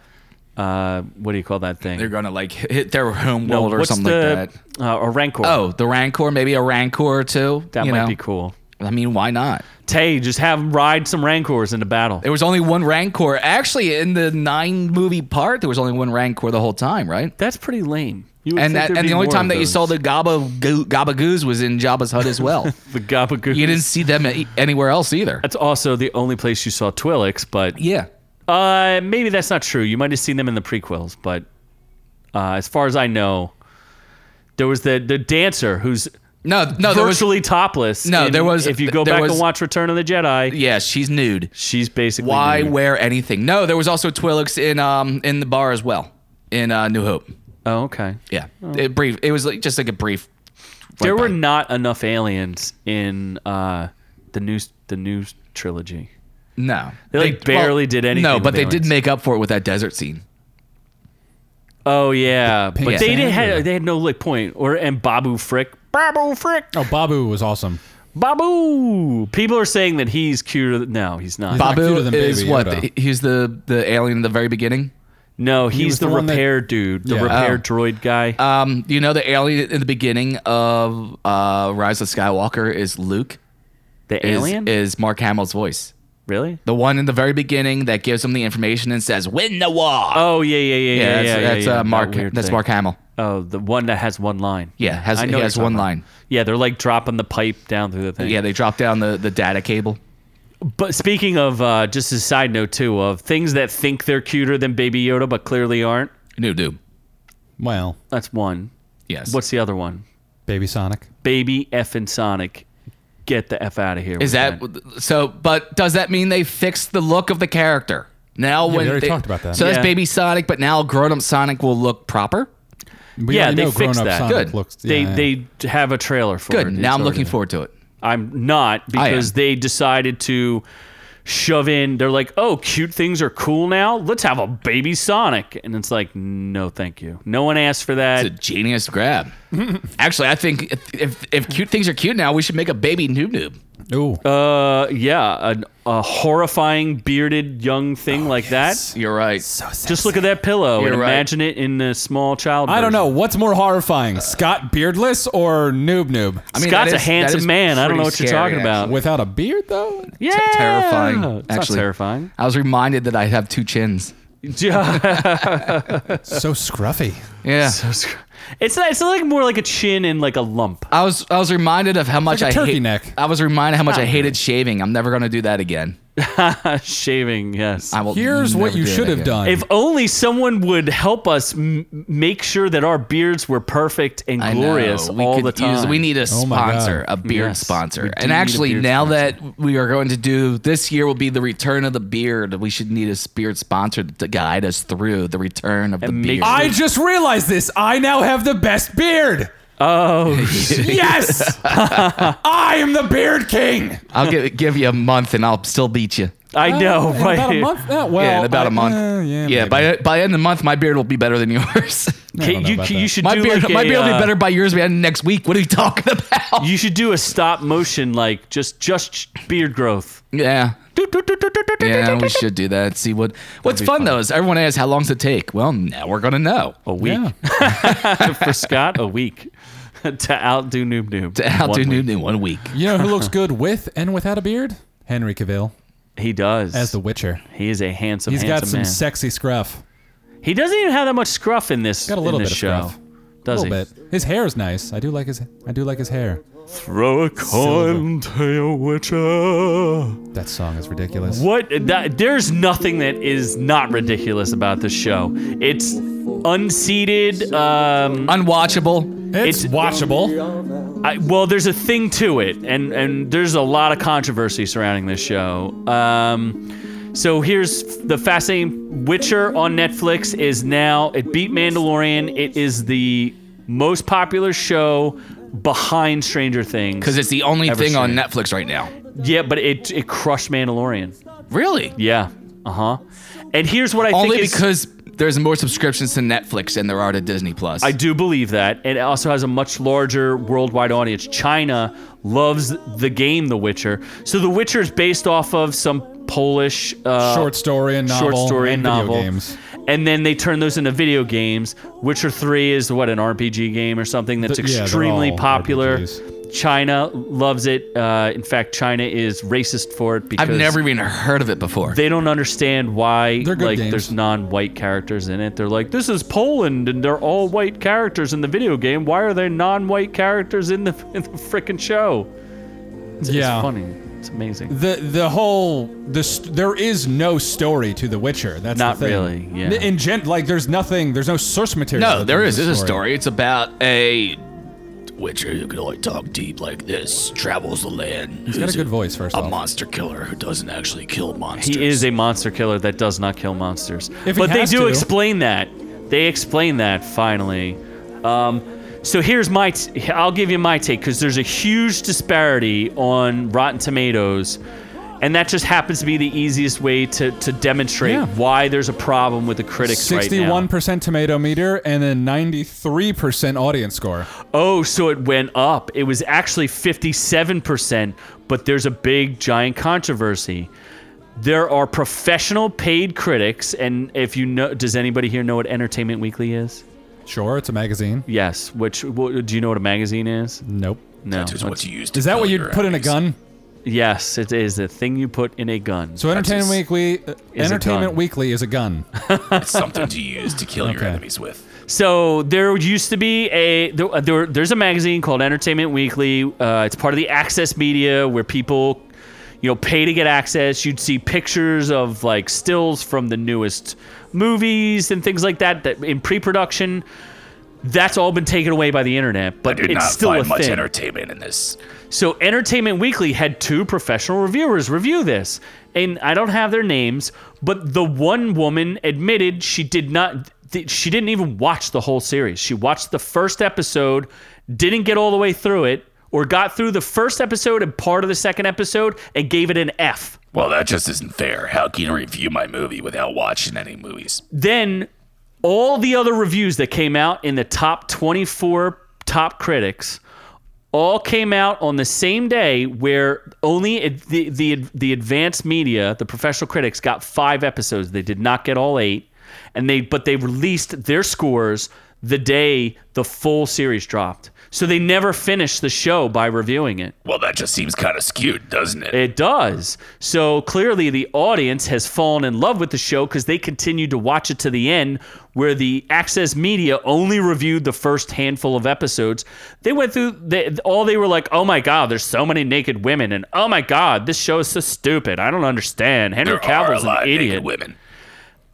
S1: uh, what do you call that thing?
S2: They're gonna like hit their home
S1: No,
S2: world or
S1: what's
S2: something
S1: the,
S2: like that.
S1: Uh, a rancor.
S2: Oh, the Rancor, maybe a Rancor or two.
S1: that
S2: you
S1: might
S2: know?
S1: be cool.
S2: I mean, why not?
S1: Tay, just have 'em ride some rancors into battle.
S2: There was only one Rancor actually in the nine movie part. There was only one Rancor the whole time, right?
S1: That's pretty lame. You would
S2: And
S1: think
S2: that
S1: there'd
S2: and
S1: be
S2: the only
S1: more
S2: time
S1: of
S2: that you
S1: those.
S2: saw the Gabba Goo, Gabba Goose was in Jabba's hut as well.
S1: the gabagoos.
S2: you didn't see them a- anywhere else either.
S1: That's also the only place you saw Twi'leks, but
S2: Yeah.
S1: uh, maybe that's not true. You might have seen them in the prequels, but uh, as far as I know, there was the the dancer who's
S2: No, no, there was
S1: virtually topless.
S2: No,
S1: in-
S2: there was-
S1: If you go
S2: there
S1: back
S2: was-
S1: and watch Return of the Jedi,
S2: yeah, she's nude.
S1: she's basically
S2: Why
S1: nude.
S2: wear anything? No, there was also Twilix in um in the bar as well in uh, New Hope.
S1: Oh, okay.
S2: Yeah, it brief. It was like, just like a brief.
S1: there
S2: went
S1: were
S2: by.
S1: not enough aliens in uh, the new the new trilogy.
S2: no.
S1: They, like, barely did anything
S2: No,
S1: with
S2: but they
S1: aliens.
S2: did make up for it with that desert scene.
S1: Oh yeah, but
S3: pink
S1: they didn't
S3: sand or-
S1: had they had no like point or and Babu Frick. Babu Frick.
S3: Oh, Babu was awesome.
S1: Babu. People are saying that he's cuter. Than, no, he's not.
S3: He's not
S2: Babu
S3: cuter than
S2: is
S3: Baby
S2: what?
S3: Yoda.
S2: The, he's the the alien in the very beginning.
S1: no, he's
S3: was
S1: the,
S3: the one that-
S1: repair dude, the
S3: Yeah.
S1: repair
S2: Oh.
S1: droid guy.
S2: Um, you know the alien in the beginning of uh, Rise of Skywalker is Luke.
S1: the
S2: Is,
S1: alien.
S2: is Mark Hamill's voice
S1: really?
S2: the one in the very beginning that gives him the information and says win the war?
S1: Oh yeah, yeah, yeah, yeah.
S2: that's,
S1: yeah,
S2: that's
S1: yeah,
S2: uh,
S1: that
S2: Mark.
S1: weird
S2: that's
S1: thing.
S2: Mark Hamill.
S1: Oh, the one that has one line.
S2: Yeah, has-
S1: I know
S2: he
S1: what
S2: has
S1: you're talking
S2: one
S1: about.
S2: line.
S1: Yeah, they're like dropping the pipe down through the thing.
S2: Yeah, they dropped down the, the data cable.
S1: But speaking of, uh, just a side note too, of things that think they're cuter than Baby Yoda but clearly aren't.
S2: New Doom.
S3: Well,
S1: That's one.
S2: Yes.
S1: What's the other one?
S3: Baby Sonic.
S1: Baby F and Sonic, get the F out of here.
S2: Is
S1: with
S2: that so? But does that mean they fixed the look of the character? Now, when
S3: already
S2: they,
S3: talked about that.
S2: so
S1: Yeah.
S2: that's Baby Sonic, but now grown-up Sonic will look proper.
S3: We
S1: Yeah,
S3: already
S1: they
S3: know
S1: fixed
S3: grown-up
S1: that.
S3: Sonic
S2: Good.
S3: Looks,
S1: They
S3: yeah, yeah.
S1: they have a trailer for it.
S2: Good.
S1: It's
S2: Now I'm looking
S1: already-
S2: Oh, forward to it.
S1: I'm not
S2: I am.
S1: because they decided to shove in. They're like, oh, cute things are cool now. Let's have a baby Sonic, and it's like, no, thank you. No one asked for that.
S2: It's a genius grab. Actually, I think if, if if cute things are cute now, we should make a baby noob noob.
S3: Ooh.
S1: Uh, yeah, an, a horrifying bearded young thing like
S2: Oh,
S1: that.
S2: You're right.
S1: Just look at that pillow
S2: You're
S1: and
S2: right.
S1: imagine it in the small child.
S3: I
S1: version.
S3: don't know. What's more horrifying, Scott Beardless or Noob Noob?
S2: I mean, that
S1: Scott's
S2: is-
S1: a
S2: that
S1: handsome
S2: is
S1: man. I don't know
S2: pretty
S1: what you're
S2: scary,
S1: talking about.
S3: Without a beard, though?
S1: yeah,
S2: actually. T- terrifying.
S1: It's not
S2: actually,
S1: terrifying.
S2: I was reminded that I have two chins.
S1: Yeah.
S3: So scruffy.
S2: Yeah.
S1: it's not- it's like more like a chin and like a lump.
S2: I was I was reminded of how much
S3: like a
S2: I
S3: turkey
S2: hate-
S3: neck.
S2: I was reminded how much I hated shaving. I'm never gonna do that again.
S1: Shaving, yes.
S2: I will.
S3: Here's
S2: never
S3: what you
S2: do that
S3: should have
S2: again.
S3: done.
S1: if only someone would help us m- make sure that our beards were perfect and
S2: I know.
S1: glorious
S2: We
S1: all
S2: could
S1: the time.
S2: use- we need a
S3: Oh my God.
S2: sponsor, a beard
S1: Yes, we
S2: sponsor.
S1: do
S2: And
S1: need a
S2: actually,
S1: beard
S2: now
S1: sponsor.
S2: that we are going to do this year will be the return of the beard. We should need a beard sponsor to guide us through the return of the
S1: And make
S2: beard.
S3: I just realized this. I now have the best beard.
S1: Oh,
S3: Yes. I am the beard king.
S2: I'll give, give you a month, and I'll still beat you.
S1: I know,
S3: In
S1: right?
S3: About a month. Oh, Yeah,
S1: Oh,
S3: well,
S2: yeah, in about
S3: a
S2: a month.
S3: yeah.
S2: yeah,
S3: maybe.
S2: by by end of the month, my beard will be better than yours.
S1: Ca-
S3: don't know
S1: you,
S3: about
S1: ca-
S3: that.
S1: you should
S2: my
S1: do
S2: beard,
S1: like
S2: my
S1: a,
S2: beard will be
S1: uh,
S2: better by yours by next week. What are you talking about?
S1: You should do a stop motion, like just just beard growth.
S2: yeah. Yeah, we should do that. See what. What's fun, though is everyone asks how long's it take. Well, now we're gonna know.
S1: A week
S3: Yeah.
S1: for Scott, a week to outdo Noob Noob.
S2: To How
S1: One
S2: do new
S1: week.
S2: new one week?
S3: You know who looks good with and without a beard? Henry Cavill
S1: He does.
S3: as The Witcher.
S1: he is a handsome,
S3: He's got
S1: handsome
S3: some
S1: man.
S3: sexy scruff.
S1: he doesn't even have that much scruff in this.
S3: Got a little
S1: in
S3: bit
S1: this
S3: of
S1: show.
S3: scruff. A
S1: Does he?
S3: little bit. His hair is nice. I do like his. I do like his hair.
S1: Throw a coin to your witcher.
S3: That song is ridiculous.
S1: What? That, there's nothing that is not ridiculous about this show. It's unseated. Um,
S2: Unwatchable.
S3: It's,
S1: It's-
S3: watchable.
S1: I, well, there's a thing to it, and and there's a lot of controversy surrounding this show. Um, so here's the fascinating Witcher on Netflix is now it beat Mandalorian. It is the most popular show behind Stranger Things.
S2: Because it's the only
S1: Ever
S2: thing on
S1: seen.
S2: Netflix right now.
S1: yeah, but it it crushed Mandalorian.
S2: Really?
S1: Yeah. Uh huh. And here's what I
S2: Only
S1: think is-
S2: because there's more subscriptions to Netflix than there are to Disney Plus.
S1: I do believe that. And it also has a much larger worldwide audience. China loves the game The Witcher. So The Witcher is based off of some Polish uh,
S3: Short story and novel.
S1: short story and,
S3: video
S1: novel.
S3: games.
S1: And then they turn those into video games. Witcher 3 is what, an RPG game or something that's
S3: Th- yeah, they're
S1: extremely
S3: all
S1: popular.
S3: RPGs.
S1: China loves it. Uh, in fact, China is racist for it because
S2: I've never even heard of it before.
S1: they don't understand why
S3: They're good
S1: like
S3: games.
S1: there's non-white characters in it. They're like, this is Poland, and they're all white characters in the video game. Why are there non-white characters in the in the frickin' show? It's, it's
S3: Yeah.
S1: funny. It's amazing.
S3: the the whole this there is no story to The Witcher. That's
S1: Not
S3: the thing.
S1: really, yeah.
S3: N- In gen, like there's nothing. There's no source material.
S2: no,
S3: that
S2: there
S3: gives
S2: is. There's a story. It's about a witcher who can only talk deep like this, travels the land. He's
S3: got a good voice, first
S2: A
S3: off.
S2: monster killer who doesn't actually kill monsters.
S1: He is a monster killer that does not kill monsters.
S3: If he
S1: but they
S3: has
S1: do
S3: to.
S1: explain that. They explain that finally. Um, so here's my. T- I'll give you my take because there's a huge disparity on Rotten Tomatoes, and that just happens to be the easiest way to to demonstrate
S3: Yeah.
S1: why there's a problem with the critics right now.
S3: Sixty-one percent tomato meter and then ninety-three percent audience score.
S1: Oh, so it went up. It was actually 57%, but there's a big, giant controversy. There are professional paid critics, and if you know, does anybody here know what Entertainment Weekly is?
S3: Sure, it's a magazine.
S1: Yes. Which wh- do you know what a magazine is?
S3: Nope.
S1: No.
S2: Is
S1: that's-
S2: what you use to
S3: Is that
S2: kill
S3: what you
S2: your
S3: put in a
S2: enemies.
S3: gun?
S1: Yes, it is the thing you put in a gun.
S3: So Entertainment
S2: just-
S3: Weekly, uh,
S1: is a
S3: Entertainment
S1: gun.
S3: Weekly is a gun.
S2: It's something to use to kill your
S3: Okay.
S2: enemies with.
S1: So there used to be a there, uh, there- there's a magazine called Entertainment Weekly. Uh, it's part of the Access Media where people, you know, pay to get access. You'd see pictures of like stills from the newest movies and things like that that in pre-production. That's all been taken away by the internet, but
S8: Did
S1: it's
S8: not
S1: still
S8: find
S1: a
S8: much
S1: thing.
S8: entertainment in this.
S1: So Entertainment Weekly had two professional reviewers review this. And I don't have their names, but the one woman admitted she did not th- she didn't even watch the whole series. She watched the first episode, didn't get all the way through it or got through the first episode and part of the second episode and gave it an F.
S8: Well, that just isn't fair. How can you review my movie without watching any movies?
S1: Then all the other reviews that came out in the top 24 top critics all came out on the same day where only ad- the, the, the advanced media, the professional critics, got five episodes. They did not get all eight. And they but they released their scores the day the full series dropped. So they never finished the show by reviewing it.
S8: Well, that just seems kind of skewed, doesn't it?
S1: It does. So clearly, the audience has fallen in love with the show because they continued to watch it to the end, where the Access Media only reviewed the first handful of episodes. They went through they, all. They were like, "Oh my god, there's so many naked women," and "Oh my god, this show is so stupid. I don't understand." Henry
S8: there are a
S1: Cavill's
S8: lot
S1: an
S8: of
S1: idiot.
S8: naked women.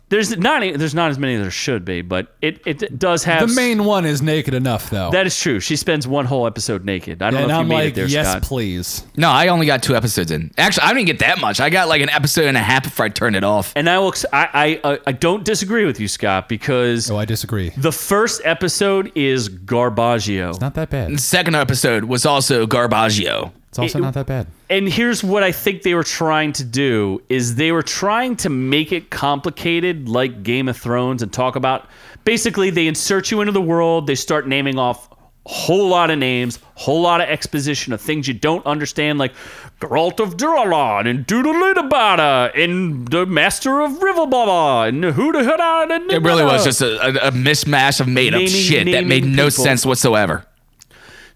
S1: There's not a- there's not as many as there should be, but it it does have
S3: The main one is naked enough, though.
S1: That is true. She spends one whole episode naked. I don't
S3: and
S1: know if
S3: I'm
S1: you made
S3: like,
S1: it there,
S3: yes,
S1: Scott.
S3: please.
S2: No, I only got two episodes in. Actually, I didn't get that much. I got like an episode and a half before I turned it off.
S1: and I will. ex- I I, I- I don't disagree with you, Scott, because
S3: Oh, I disagree.
S1: The first episode is Garbaggio.
S3: Not that bad.
S2: The second episode was also Garbaggio.
S3: It's also
S1: it-
S3: not that bad.
S1: And here's what I think they were trying to do is they were trying to make it complicated like Game of Thrones and talk about basically they insert you into the world, they start naming off whole lot of names, whole lot of exposition of things you don't understand like Geralt of Duralon and Doodalidabada and the Master of Rivelbaba and Huda Huda and
S2: It really was just a, a, a mishmash of made up
S1: Naming-
S2: shit that made
S1: naming
S2: no
S1: people.
S2: sense whatsoever.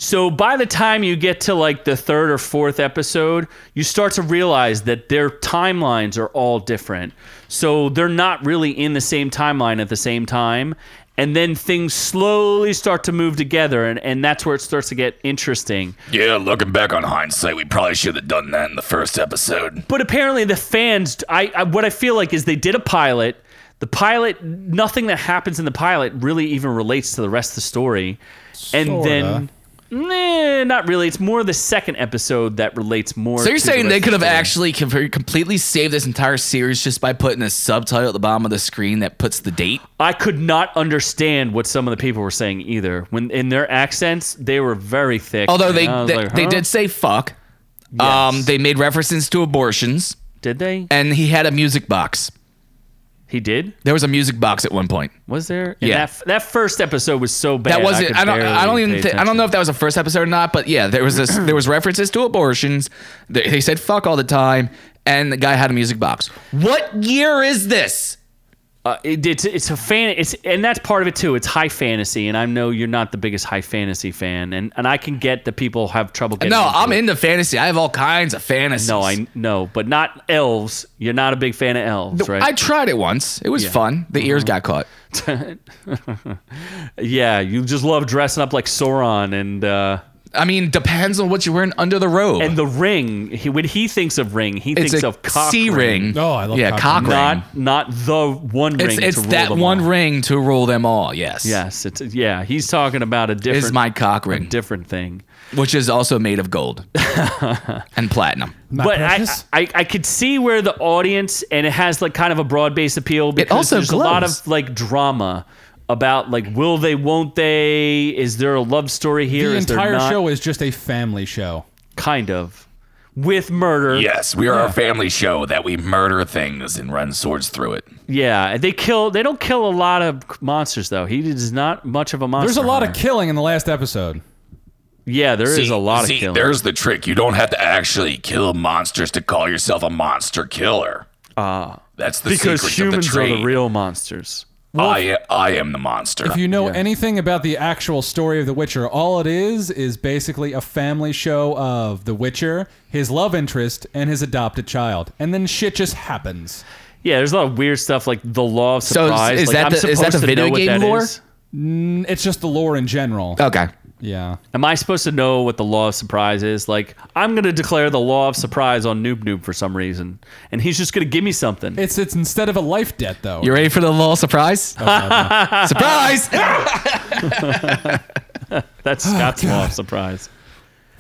S1: So by the time you get to like the third or fourth episode, you start to realize that their timelines are all different. So they're not really in the same timeline at the same time. And then things slowly start to move together, and, and that's where it starts to get interesting.
S8: Yeah, looking back on hindsight, we probably should have done that in the first episode.
S1: But apparently, the fans, I, I what I feel like is they did a pilot. The pilot, nothing that happens in the pilot really even relates to the rest of the story. And then, nah, not really. It's more the second episode that relates more.
S2: So you're
S1: to the
S2: saying they
S1: rest
S2: could
S1: of
S2: have
S1: the story.
S2: actually com- completely saved this entire series just by putting a subtitle at the bottom of the screen that puts the date?
S1: I could not understand what some of the people were saying either. When in their accents, they were very thick.
S2: Although
S1: and
S2: they
S1: I was
S2: they,
S1: like,
S2: they
S1: huh?
S2: did say fuck. Um,
S1: Yes.
S2: they made references to abortions,
S1: did they?
S2: and he had a music box.
S1: He did.
S2: There was a music box at one point.
S1: Was there? And
S2: Yeah.
S1: That, f- that first episode was so bad.
S2: That wasn't.
S1: could
S2: I, don't. I don't
S1: barely
S2: even.
S1: pay
S2: Th- I don't know if that was the first episode or not. But yeah, there was this. there was references to abortions. They, they said fuck all the time, and the guy had a music box. What year is this?
S1: Uh, it, it's it's a fan. It's and that's part of it too. It's high fantasy, and I know you're not the biggest high fantasy fan, and, and I can get that people have trouble getting.
S2: No,
S1: into
S2: I'm
S1: it.
S2: into fantasy. I have all kinds of fantasies.
S1: No, I no, but not elves. You're not a big fan of elves, right? Mm-hmm.
S2: I tried it once. It was fun. The ears got caught.
S1: yeah, you just love dressing up like Sauron and. uh
S2: I mean, depends on what you're wearing under the robe.
S1: And the ring, he, when he thinks of ring, he
S2: it's
S1: thinks
S2: a
S1: of cock
S2: C ring.
S3: Oh, I love
S2: yeah,
S3: cock
S2: cock
S3: ring.
S2: ring.
S1: not not the one ring.
S2: it's it's
S1: to rule
S2: that
S1: them
S2: one
S1: all.
S2: ring to rule them all. Yes.
S1: Yes, it's yeah. He's talking about a different
S2: Is my cock ring,
S1: different thing.
S2: which is also made of gold and platinum.
S3: Not
S1: but I,
S3: precious?
S1: I I could see where the audience and it has like kind of a broad based appeal because
S2: also
S1: there's a lot
S2: glows.
S1: of like drama about like will they won't they is there a love story here
S3: the
S1: is there
S3: entire
S1: not?
S3: show is just a family show.
S1: kind of with murder
S8: Yes, we are a family show that we murder things and run swords through it.
S1: yeah they kill they don't kill a lot of monsters though he is not much of a monster
S3: There's a lot of
S1: hunter.
S3: killing in the last episode.
S1: yeah there is
S8: See-
S1: a lot
S8: see,
S1: of killing
S8: There's the trick. You don't have to actually kill monsters to call yourself a monster killer. Ah, that's the
S1: because
S8: secret
S1: humans
S8: of the
S1: are
S8: trade.
S1: the real monsters
S8: I I am the monster.
S3: If you know anything about the actual story of The Witcher, all it is is basically a family show of The Witcher, his love interest, and his adopted child. And then shit just happens.
S1: Yeah, there's a lot of weird stuff like the law of
S2: So is-
S1: surprise.
S2: is
S1: like,
S2: that
S1: I'm
S2: the- is that
S1: supposed
S2: the
S1: to
S2: video
S1: know what
S2: game
S1: that
S2: lore?
S1: is. Uh,
S3: It's just the lore in general.
S2: Okay.
S3: Yeah.
S1: Am I supposed to know what the law of surprise is? Like, I'm going to declare the law of surprise on Noob Noob for some reason, and he's just going to give me something.
S3: It's it's instead of a life debt though.
S2: You ready for the little surprise?
S1: Oh,
S2: surprise!
S1: That's Scott's law of surprise.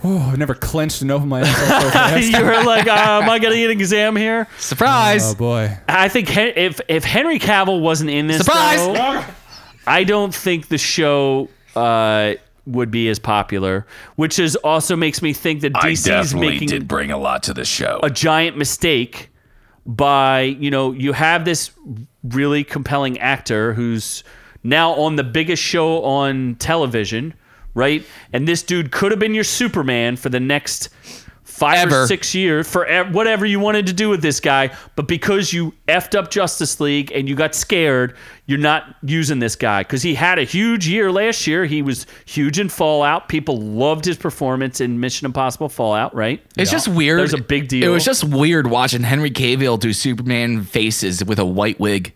S3: oh, I've never clenched and opened my ass. so fast.
S1: you were like, uh, am I going to get an exam here?
S2: surprise!
S1: Uh,
S3: oh boy.
S1: I think Hen- if if Henry Cavill wasn't in this,
S2: Surprise!
S1: though, I don't think the show uh, would be as popular. Which is also makes me think that
S8: I
S1: DC's
S8: definitely
S1: making
S8: did bring a lot to the show.
S1: a giant mistake by you know you have this really compelling actor who's now on the biggest show on television right and this dude could have been your superman for the next five or
S2: Ever.
S1: six years for e- whatever you wanted to do with this guy but because you effed up justice league and you got scared you're not using this guy because he had a huge year last year he was huge in fallout people loved his performance in mission impossible fallout right
S2: It's just weird.
S1: That was a big
S2: It
S1: deal.
S2: was just weird watching Henry Cavill do Superman faces with a white wig.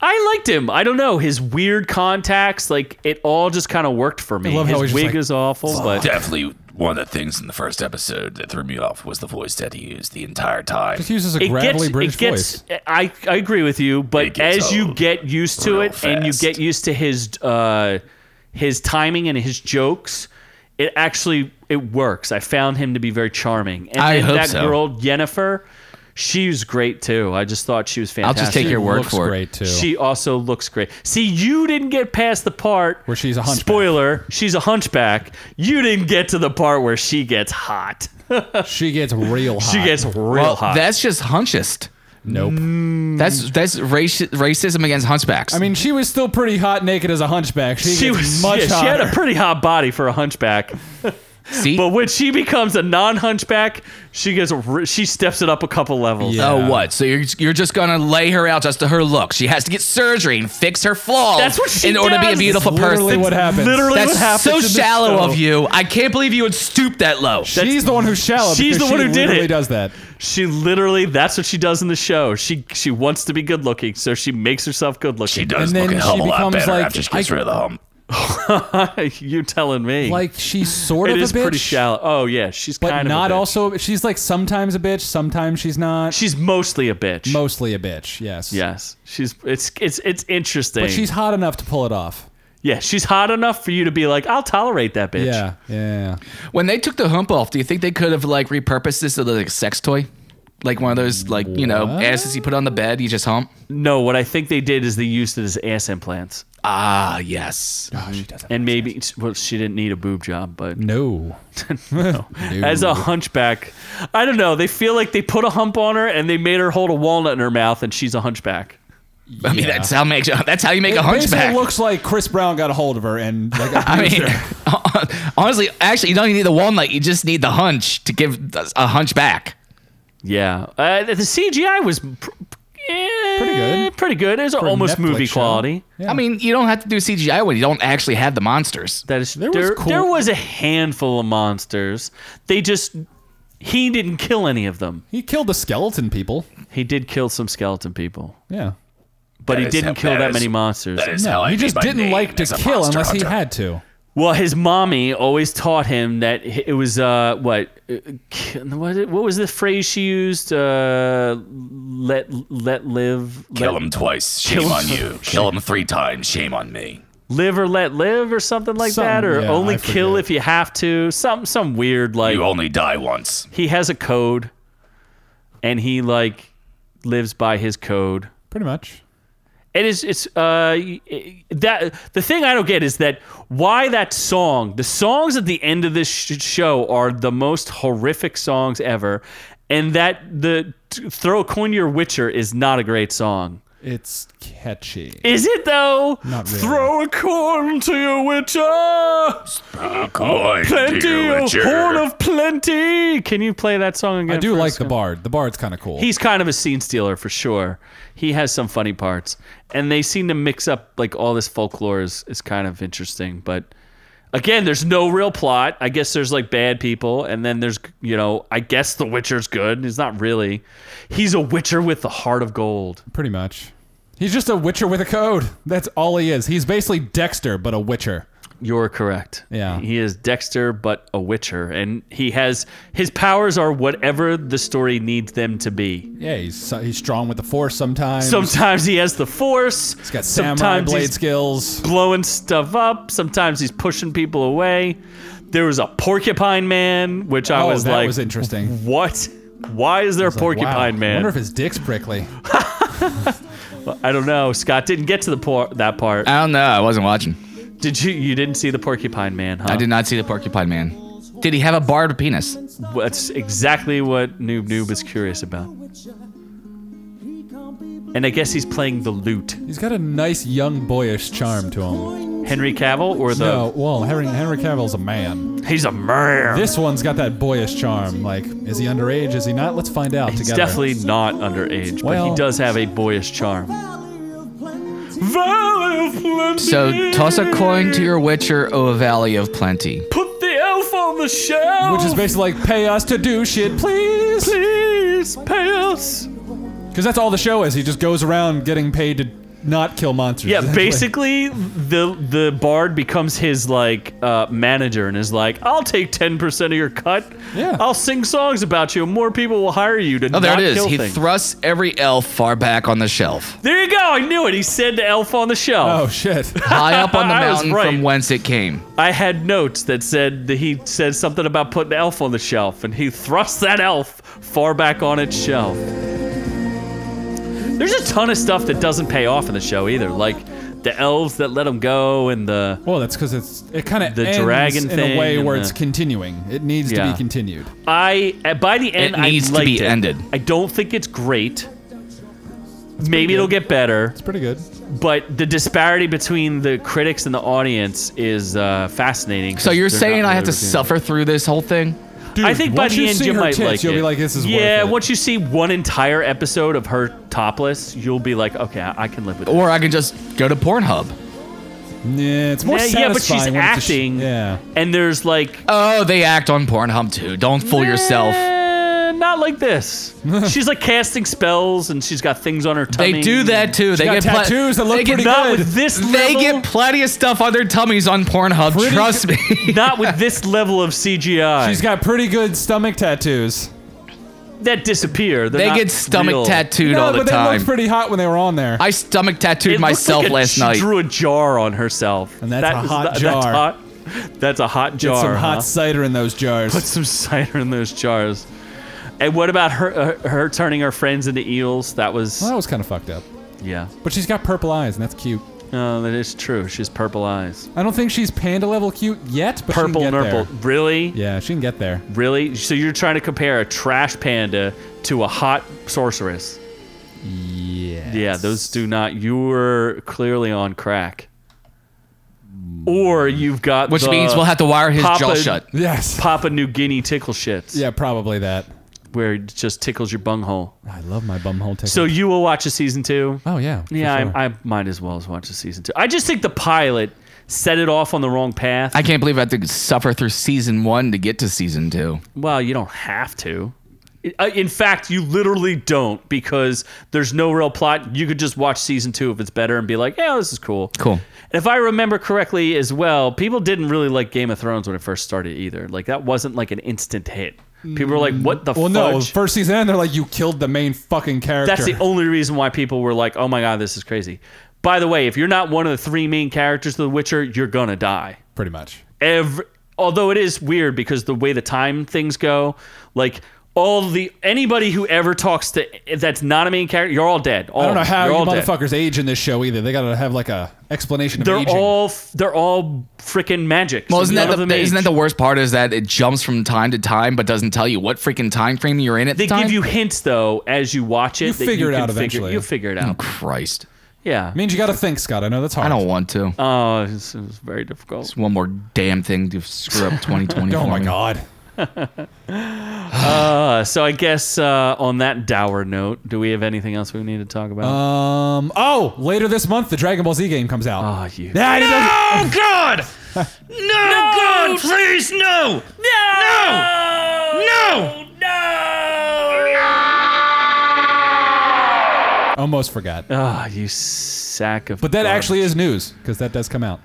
S1: I liked him. I don't know his weird contacts. Like it all just kind of worked for me.
S3: I love
S1: his
S3: how he's just
S1: wig
S3: like,
S1: is awful, but
S8: definitely one of the things in the first episode that threw me off was the voice that he used the entire time.
S3: Just uses a
S1: it
S3: gravelly
S1: gets.
S3: British
S1: It gets.
S3: voice.
S1: I I agree with you,
S8: It
S1: but
S8: gets
S1: as you
S8: old
S1: get used to
S8: real
S1: it and you
S8: fast.
S1: get used to his uh his timing and his jokes, it actually it works. I found him to be very charming. And
S2: I
S1: then
S2: hope
S1: that
S2: so.
S1: girl Jennifer, she was great too. I just thought she was
S2: I'll
S1: fantastic.
S2: just take your word
S3: Looks
S2: for it.
S3: great too.
S1: She also looks great. See, you didn't get past the part
S3: Where she's a hunchback.
S1: Spoiler: She's a hunchback. You didn't get to the part where she gets hot.
S3: She gets real hot.
S1: She gets real
S2: Well,
S1: hot.
S2: that's just hunchist.
S3: nope.
S2: That's that's raci- racism against hunchbacks.
S3: Mm. I mean, she was still pretty hot naked as a hunchback. She,
S1: she
S3: gets
S1: was
S3: much
S1: yeah, she
S3: hotter.
S1: had a pretty hot body for a hunchback,
S2: see, Uh,
S1: but when she becomes a non-hunchback, she gets re- she steps it up a couple levels.
S3: Yeah.
S2: oh what? So you're you're just gonna lay her out just to her look? She has to get surgery and fix her flaws.
S1: That's what she
S2: in order to be a
S1: does.
S2: beautiful
S3: Literally
S2: person.
S3: what happens.
S1: Literally, what
S2: That's
S1: happens
S2: so
S1: in this
S2: shallow
S1: show.
S2: of you. I can't believe you would stoop that low.
S3: She's the one who's shallow.
S1: She's
S3: because
S1: the one
S3: she
S1: who did
S3: literally
S1: it.
S3: Does that?
S1: She literally that's what she does in the show. She she wants to be good looking, so she makes herself good
S8: She
S1: looking.
S8: does
S3: And
S8: look
S3: then
S8: a hell of
S3: she
S8: a lot
S3: becomes
S8: better
S3: like,
S8: after she gets
S3: I-
S8: rid of the hump.
S1: You're telling me.
S3: Like she's sort
S1: it
S3: of
S1: is
S3: a bitch,
S1: pretty shallow. Oh yeah, she's
S3: but
S1: kind
S3: not
S1: of a bitch.
S3: also. She's like sometimes a bitch, sometimes she's not.
S1: She's mostly a bitch.
S3: Mostly a bitch. Yes.
S1: yes, she's it's it's it's interesting.
S3: But she's hot enough to pull it off.
S1: yeah, she's hot enough for you to be like, I'll tolerate that bitch.
S3: Yeah. Yeah.
S2: When they took the hump off, do you think they could have like repurposed this as like a sex toy? Like one of those like, you know, asses you put on the bed, you just hump?
S1: No, what I think they did is they used it as ass implants,
S2: Ah, yes.
S1: and maybe well, she didn't need a boob job, but
S3: No.
S1: as a hunchback, I don't know. They feel like they put a hump on her and they made her hold a walnut in her mouth, and she's a hunchback.
S2: I mean, that's how make that's how you make a
S3: Basically,
S2: hunchback.
S3: it looks like Chris Brown got a hold of her and like
S2: I mean, honestly, actually, you don't even need the walnut. You just need the hunch to give a hunchback.
S1: Yeah, uh, the CGI was pr- pretty
S3: good.
S1: Pretty good. It was
S3: a
S1: almost
S3: Netflix
S1: movie
S3: show.
S1: quality.
S3: Yeah.
S2: I mean, you don't have to do CGI when you don't actually have the monsters.
S1: That is there,
S3: was
S1: there,
S3: cool-
S1: was a handful of monsters. They just he didn't kill any of them.
S3: he killed the skeleton people.
S1: He did kill some skeleton people,
S3: Yeah.
S1: but he
S8: is
S1: didn't
S8: how-
S1: kill
S8: that
S1: that
S8: is-
S1: many monsters.
S8: That is
S3: No,
S8: how I
S3: he
S8: made
S3: just
S8: my
S3: didn't
S8: name
S3: like to
S8: as a
S3: kill
S8: monster
S3: unless
S8: hunter.
S3: he had to.
S1: Well, his mommy always taught him that h- it was uh what uh, ki- what it- what was the phrase she used? Uh, let let live,
S8: Kill
S1: let,
S8: him twice, shame
S1: Kill him
S8: on you. Kill him three times, shame on me.
S1: live or let live or something like that,
S3: Something,
S1: or
S3: yeah,
S1: only
S3: I
S1: kill
S3: forget.
S1: if you have to. Some some weird like
S8: You only die once.
S1: he has a code, and he like lives by his code.
S3: Pretty much.
S1: It is. It's uh that the thing I don't get is that why that song. The songs at the end of this sh- show are the most horrific songs ever, and that the t- throw a coin to your Witcher is not a great song.
S3: It's catchy.
S1: Is it though?
S3: Not really.
S1: Throw a coin to your Witcher,
S8: Coin
S1: plenty
S8: to
S1: of
S8: Witcher.
S1: horn of plenty. Can you play that song again?
S3: I do
S1: for
S3: like
S1: us?
S3: the bard. The bard's kind of cool.
S1: He's kind of a scene stealer for sure. He has some funny parts, and they seem to mix up like all this folklore is is kind of interesting. But again, there's no real plot. I guess there's like bad people, and then there's you know I guess the Witcher's good. He's not really. He's a Witcher with the heart of gold.
S3: Pretty much. He's just a witcher with a code. That's all he is. He's basically Dexter, but a witcher.
S1: You're correct.
S3: Yeah.
S1: He is Dexter, but a witcher. And he has his powers are whatever the story needs them to be.
S3: Yeah, he's he's strong with the force sometimes.
S1: Sometimes he has the force.
S3: he's got samurai
S1: sometimes
S3: blade
S1: he's
S3: skills.
S1: blowing stuff up. Sometimes he's pushing people away. There was a porcupine man, which I
S3: Oh,
S1: was
S3: that
S1: like,
S3: was interesting.
S1: What? Why is there a porcupine
S3: Wow. I
S1: man?
S3: wonder if his dick's prickly.
S1: I don't know. Scott didn't get to the por- that part.
S2: I don't know. I wasn't watching.
S1: Did you? You didn't see the porcupine man, huh?
S2: I did not see the Porcupine Man. Did he have a barred penis?
S1: That's exactly what Noob Noob is curious about. And I guess he's playing the lute.
S3: He's got a nice young boyish charm to him.
S1: Henry Cavill or the
S3: No, well, Henry, Henry Cavill's a man.
S1: He's a man.
S3: This one's got that boyish charm. Like, is he underage? Is he not? Let's find out
S1: He's
S3: together.
S1: definitely not underage, but
S3: Well-
S1: he does have a boyish charm. Valley of Plenty.
S2: So toss a coin to your Witcher, O Valley of Plenty.
S1: Put the elf on the shelf.
S3: Which is basically like, pay us to do shit, please.
S1: please pay us.
S3: Because that's all the show is. He just goes around getting paid to not kill monsters.
S1: Yeah,
S3: That's what-
S1: basically the the bard becomes his like uh, manager and is like, "I'll take ten percent of your cut.
S3: Yeah.
S1: I'll sing songs about you, and more people will hire you to
S2: Oh, there
S1: not
S2: it is.
S1: kill
S2: He
S1: things."
S2: thrusts every elf far back on the shelf,
S1: there you go. I knew it. He said the elf on the shelf.
S3: Oh shit.
S2: high up on the
S1: I was
S2: mountain
S1: right.
S2: from whence it came.
S1: I had notes that said that he said something about putting the elf on the shelf, and he thrust that elf far back on its shelf. There's a ton of stuff that doesn't pay off in the show either, like the elves that let him go and the.
S3: Well, that's because it's it kind of
S1: The
S3: ends
S1: dragon
S3: in
S1: thing
S3: a way
S1: and
S3: where
S1: the-
S3: it's continuing. It needs to
S1: Yeah.
S3: be continued.
S1: I uh, by the end
S2: It needs
S1: I
S2: to
S1: liked
S2: be
S1: it.
S2: ended.
S1: I don't think it's great. Maybe it'll get better,
S3: It's pretty good.
S1: but the disparity between the critics and the audience is uh, fascinating. 'cause
S2: So you're
S1: they're
S2: saying
S1: not
S2: I have to
S1: really reviewing it.
S2: suffer through this whole thing?
S3: Dude,
S1: I think by
S3: once
S1: the
S3: you
S1: end
S3: see
S1: you
S3: her
S1: might
S3: tits,
S1: like
S3: you'll
S1: it.
S3: be like, this is worth
S1: yeah.
S3: it.
S1: Once you see one entire episode of her topless, you'll be like, okay, I I can live with it.
S2: Or I can just go to Pornhub.
S3: Yeah, it's more
S1: yeah, yeah, but she's
S3: satisfying when it's a sh-
S1: acting,
S3: yeah.
S1: and there's like
S2: Oh, they act on Pornhub too. Don't fool yourself.
S1: "Eh, not like this. she's like casting spells, and she's got things on her tummy.
S2: They do that too. they
S3: got
S2: get pla-
S3: tattoos that look
S2: they get-
S3: pretty
S1: Not
S3: good.
S1: with this
S2: They
S1: level.
S2: get plenty of stuff on their tummies on Pornhub. trust me.
S1: not with this level of CGI.
S3: She's got pretty good stomach tattoos.
S1: that disappear. They're
S2: they
S1: not
S2: get stomach
S1: real.
S2: tattooed
S3: No,
S2: all the
S3: but they
S2: time.
S3: looked pretty hot when they were on there.
S2: I stomach
S1: It
S2: tattooed
S1: looked
S2: myself
S1: like a-
S2: last
S1: she
S2: night.
S1: drew a jar on herself,
S3: And that's a
S1: is
S3: hot
S1: not-
S3: jar.
S1: That's hot. That's a hot jar.
S3: Get some
S1: huh?
S3: hot cider in those jars.
S1: put some cider in those jars. And what about her uh, her turning her friends into eels? That was
S3: well, uh, that was kind of fucked up.
S1: yeah.
S3: But she's got purple eyes, and that's cute.
S1: No, that is true. She's purple eyes.
S3: I don't think she's panda level cute yet, but
S1: Purple
S3: she can get
S1: nurple.
S3: there.
S1: Really?
S3: Yeah, she can get there.
S1: Really? So you're trying to compare a trash panda to a hot sorceress?
S3: Yeah.
S1: Yeah, those do not. You were clearly on crack.
S3: Mm.
S1: Or you've got
S2: Which
S1: the
S2: means we'll have to wire his
S1: Papa-
S2: jaw shut.
S3: Yes.
S1: Papua New Guinea tickle shits.
S3: Yeah, probably that.
S1: Where it just tickles your bunghole.
S3: I love my bumhole tickle.
S1: So you will watch a season two?
S3: oh yeah. for
S1: Yeah,
S3: sure.
S1: I, I might as well as watch the season two. I just think the pilot set it off on the wrong path.
S2: I can't believe I have to suffer through season one to get to season two.
S1: well, you don't have to. I- In fact, you literally don't because there's no real plot. You could just watch season two if it's better and be like, yeah, this is cool.
S2: Cool.
S1: And if I remember correctly as well, people didn't really like Game of Thrones when it first started either. Like, that wasn't like an instant hit. People were like, what the
S3: well, no,
S1: fudge?
S3: first season, and they're like, you killed the main fucking character.
S1: That's the only reason why people were like, oh my God, this is crazy. By the way, if you're not one of the three main characters of The Witcher, you're going to die.
S3: pretty much.
S1: every although it is weird because the way the time things go like all the anybody who ever talks to that's not a main character you're all dead all
S3: I don't know
S1: of you.
S3: how
S1: Oh, you're
S3: you
S1: all dead.
S3: motherfuckers age in this show either. They gotta have like a explanation of
S1: they're
S3: aging.
S1: all f- they're all freaking magic
S2: Well,
S1: So
S2: isn't
S1: none
S2: that
S1: of
S2: the,
S1: them
S2: isn't
S1: age.
S2: that the worst part? Is that it jumps from time to time, but doesn't tell you what freaking time frame you're in at
S1: they
S2: the time.
S1: give you hints though as you watch it
S3: You
S1: that
S3: figure
S1: you
S3: it
S1: can
S3: out
S1: figure,
S3: eventually.
S1: you figure it
S2: Oh,
S1: out
S2: Christ!
S1: yeah
S3: means you gotta think, Scott. I know that's hard.
S2: I don't want to.
S1: oh it's, it's very difficult
S2: It's one more damn thing to screw up 2020.
S3: Oh
S2: for
S3: my
S2: me.
S3: god.
S1: uh, so i guess uh, on that dour note do we have anything else we need to talk about
S3: Um. Oh, later this month, the Dragon Ball Z game comes out.
S1: Ah, you
S3: Nah, it doesn't-
S9: Oh God! No, God, please, no! No! No! No!
S3: Almost forgot.
S1: Ah, you sack of
S3: But that
S1: garbage.
S3: actually is news because that does come out.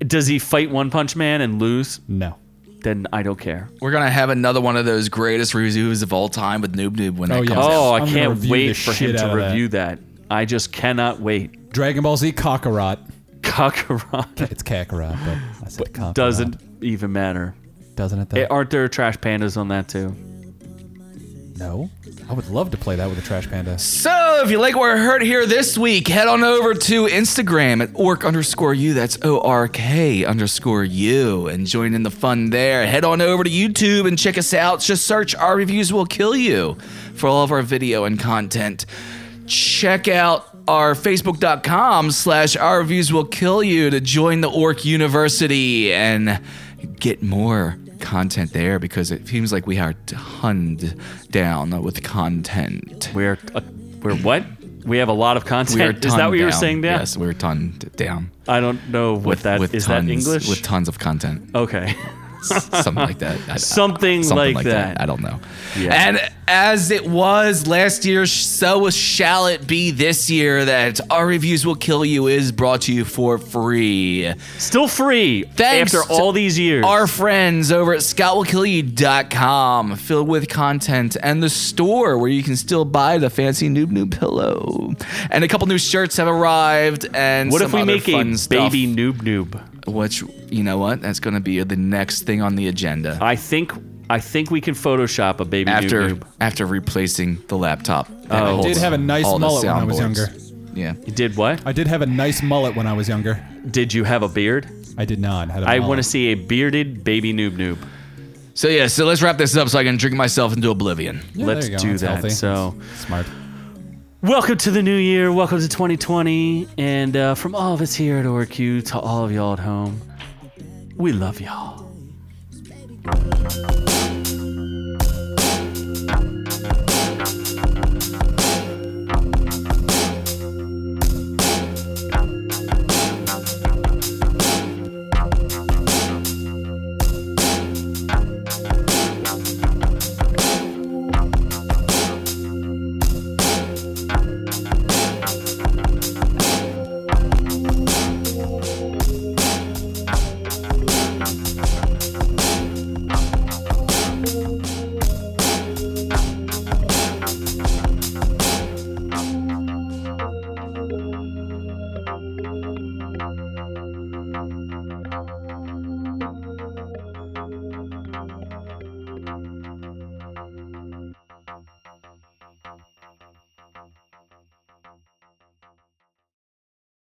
S1: Does he fight One Punch Man and lose?
S3: No.
S1: Then I don't care.
S2: We're gonna have another one of those greatest reviews of all time with Noob Noob when
S3: Oh,
S2: that
S3: yeah.
S2: comes out.
S1: Oh,
S3: I'm
S1: I
S3: gonna
S1: can't
S3: review the
S1: wait for him
S3: shit
S1: to
S3: out of that.
S1: review that. I just cannot wait.
S3: Dragon Ball Z Kakarot.
S1: Kakarot
S3: It's Kakarot, but I said Kakarot.
S1: doesn't even matter.
S3: doesn't it? Though?
S1: Eh, aren't there trash pandas on that too?
S3: no. I would love to play that with a trash panda.
S2: So, if you like what I heard here this week, head on over to Instagram at orc underscore you. That's O R K underscore you, and join in the fun there. Head on over to YouTube and check us out. Just search Our Reviews Will Kill You for all of our video and content. Check out our facebook.com slash our reviews will kill you to join the orc university and get more content there because it seems like we are toned down with content
S1: We're uh, we're what? We have a lot of content.
S2: we are
S1: Is that
S2: toned
S1: what you were
S2: down.
S1: saying, Dan?
S2: Yes, we are toned down.
S1: I don't know what that is.
S2: tons,
S1: that English?
S2: With tons of content,
S1: okay.
S2: something like that. I- I-
S1: Something like that.
S2: I don't know.
S1: Yeah.
S2: And as it was last year, so shall it be this year. That our reviews will kill you is brought to you for free.
S1: Still free
S2: Thanks
S1: after
S2: to
S1: all these years.
S2: Our friends over at scoutwillkillyou.com, filled with content, and the store where you can still buy the fancy Noob Noob pillow. And a couple new shirts have arrived. And
S1: what
S2: some
S1: if we
S2: other
S1: make a
S2: fun
S1: baby
S2: stuff,
S1: noob noob?
S2: Which you know what? That's going to be the next thing on the
S3: Ah,
S2: agenda
S1: I think I think we can Photoshop a baby
S2: after
S1: noob noob.
S2: after replacing the laptop. that
S1: Oh.
S2: holds
S3: I did have a nice
S2: all the
S3: mullet when I was
S2: soundboards.
S3: younger.
S2: Yeah.
S1: You did what?
S3: I did have a nice mullet when I was younger.
S1: Did you have a beard?
S3: I did not. Had a
S1: I
S3: mullet.
S1: want to see a bearded baby noob noob.
S2: So yeah. So let's wrap this up so I can drink myself into oblivion.
S3: Yeah,
S1: Let's
S3: there you go.
S1: do
S3: That's
S1: that.
S3: healthy.
S1: So.
S3: smart.
S1: Welcome to the new year. Welcome to 2020. And uh, from all of us here at ORQ to all of y'all at home, we love y'all.
S7: Thank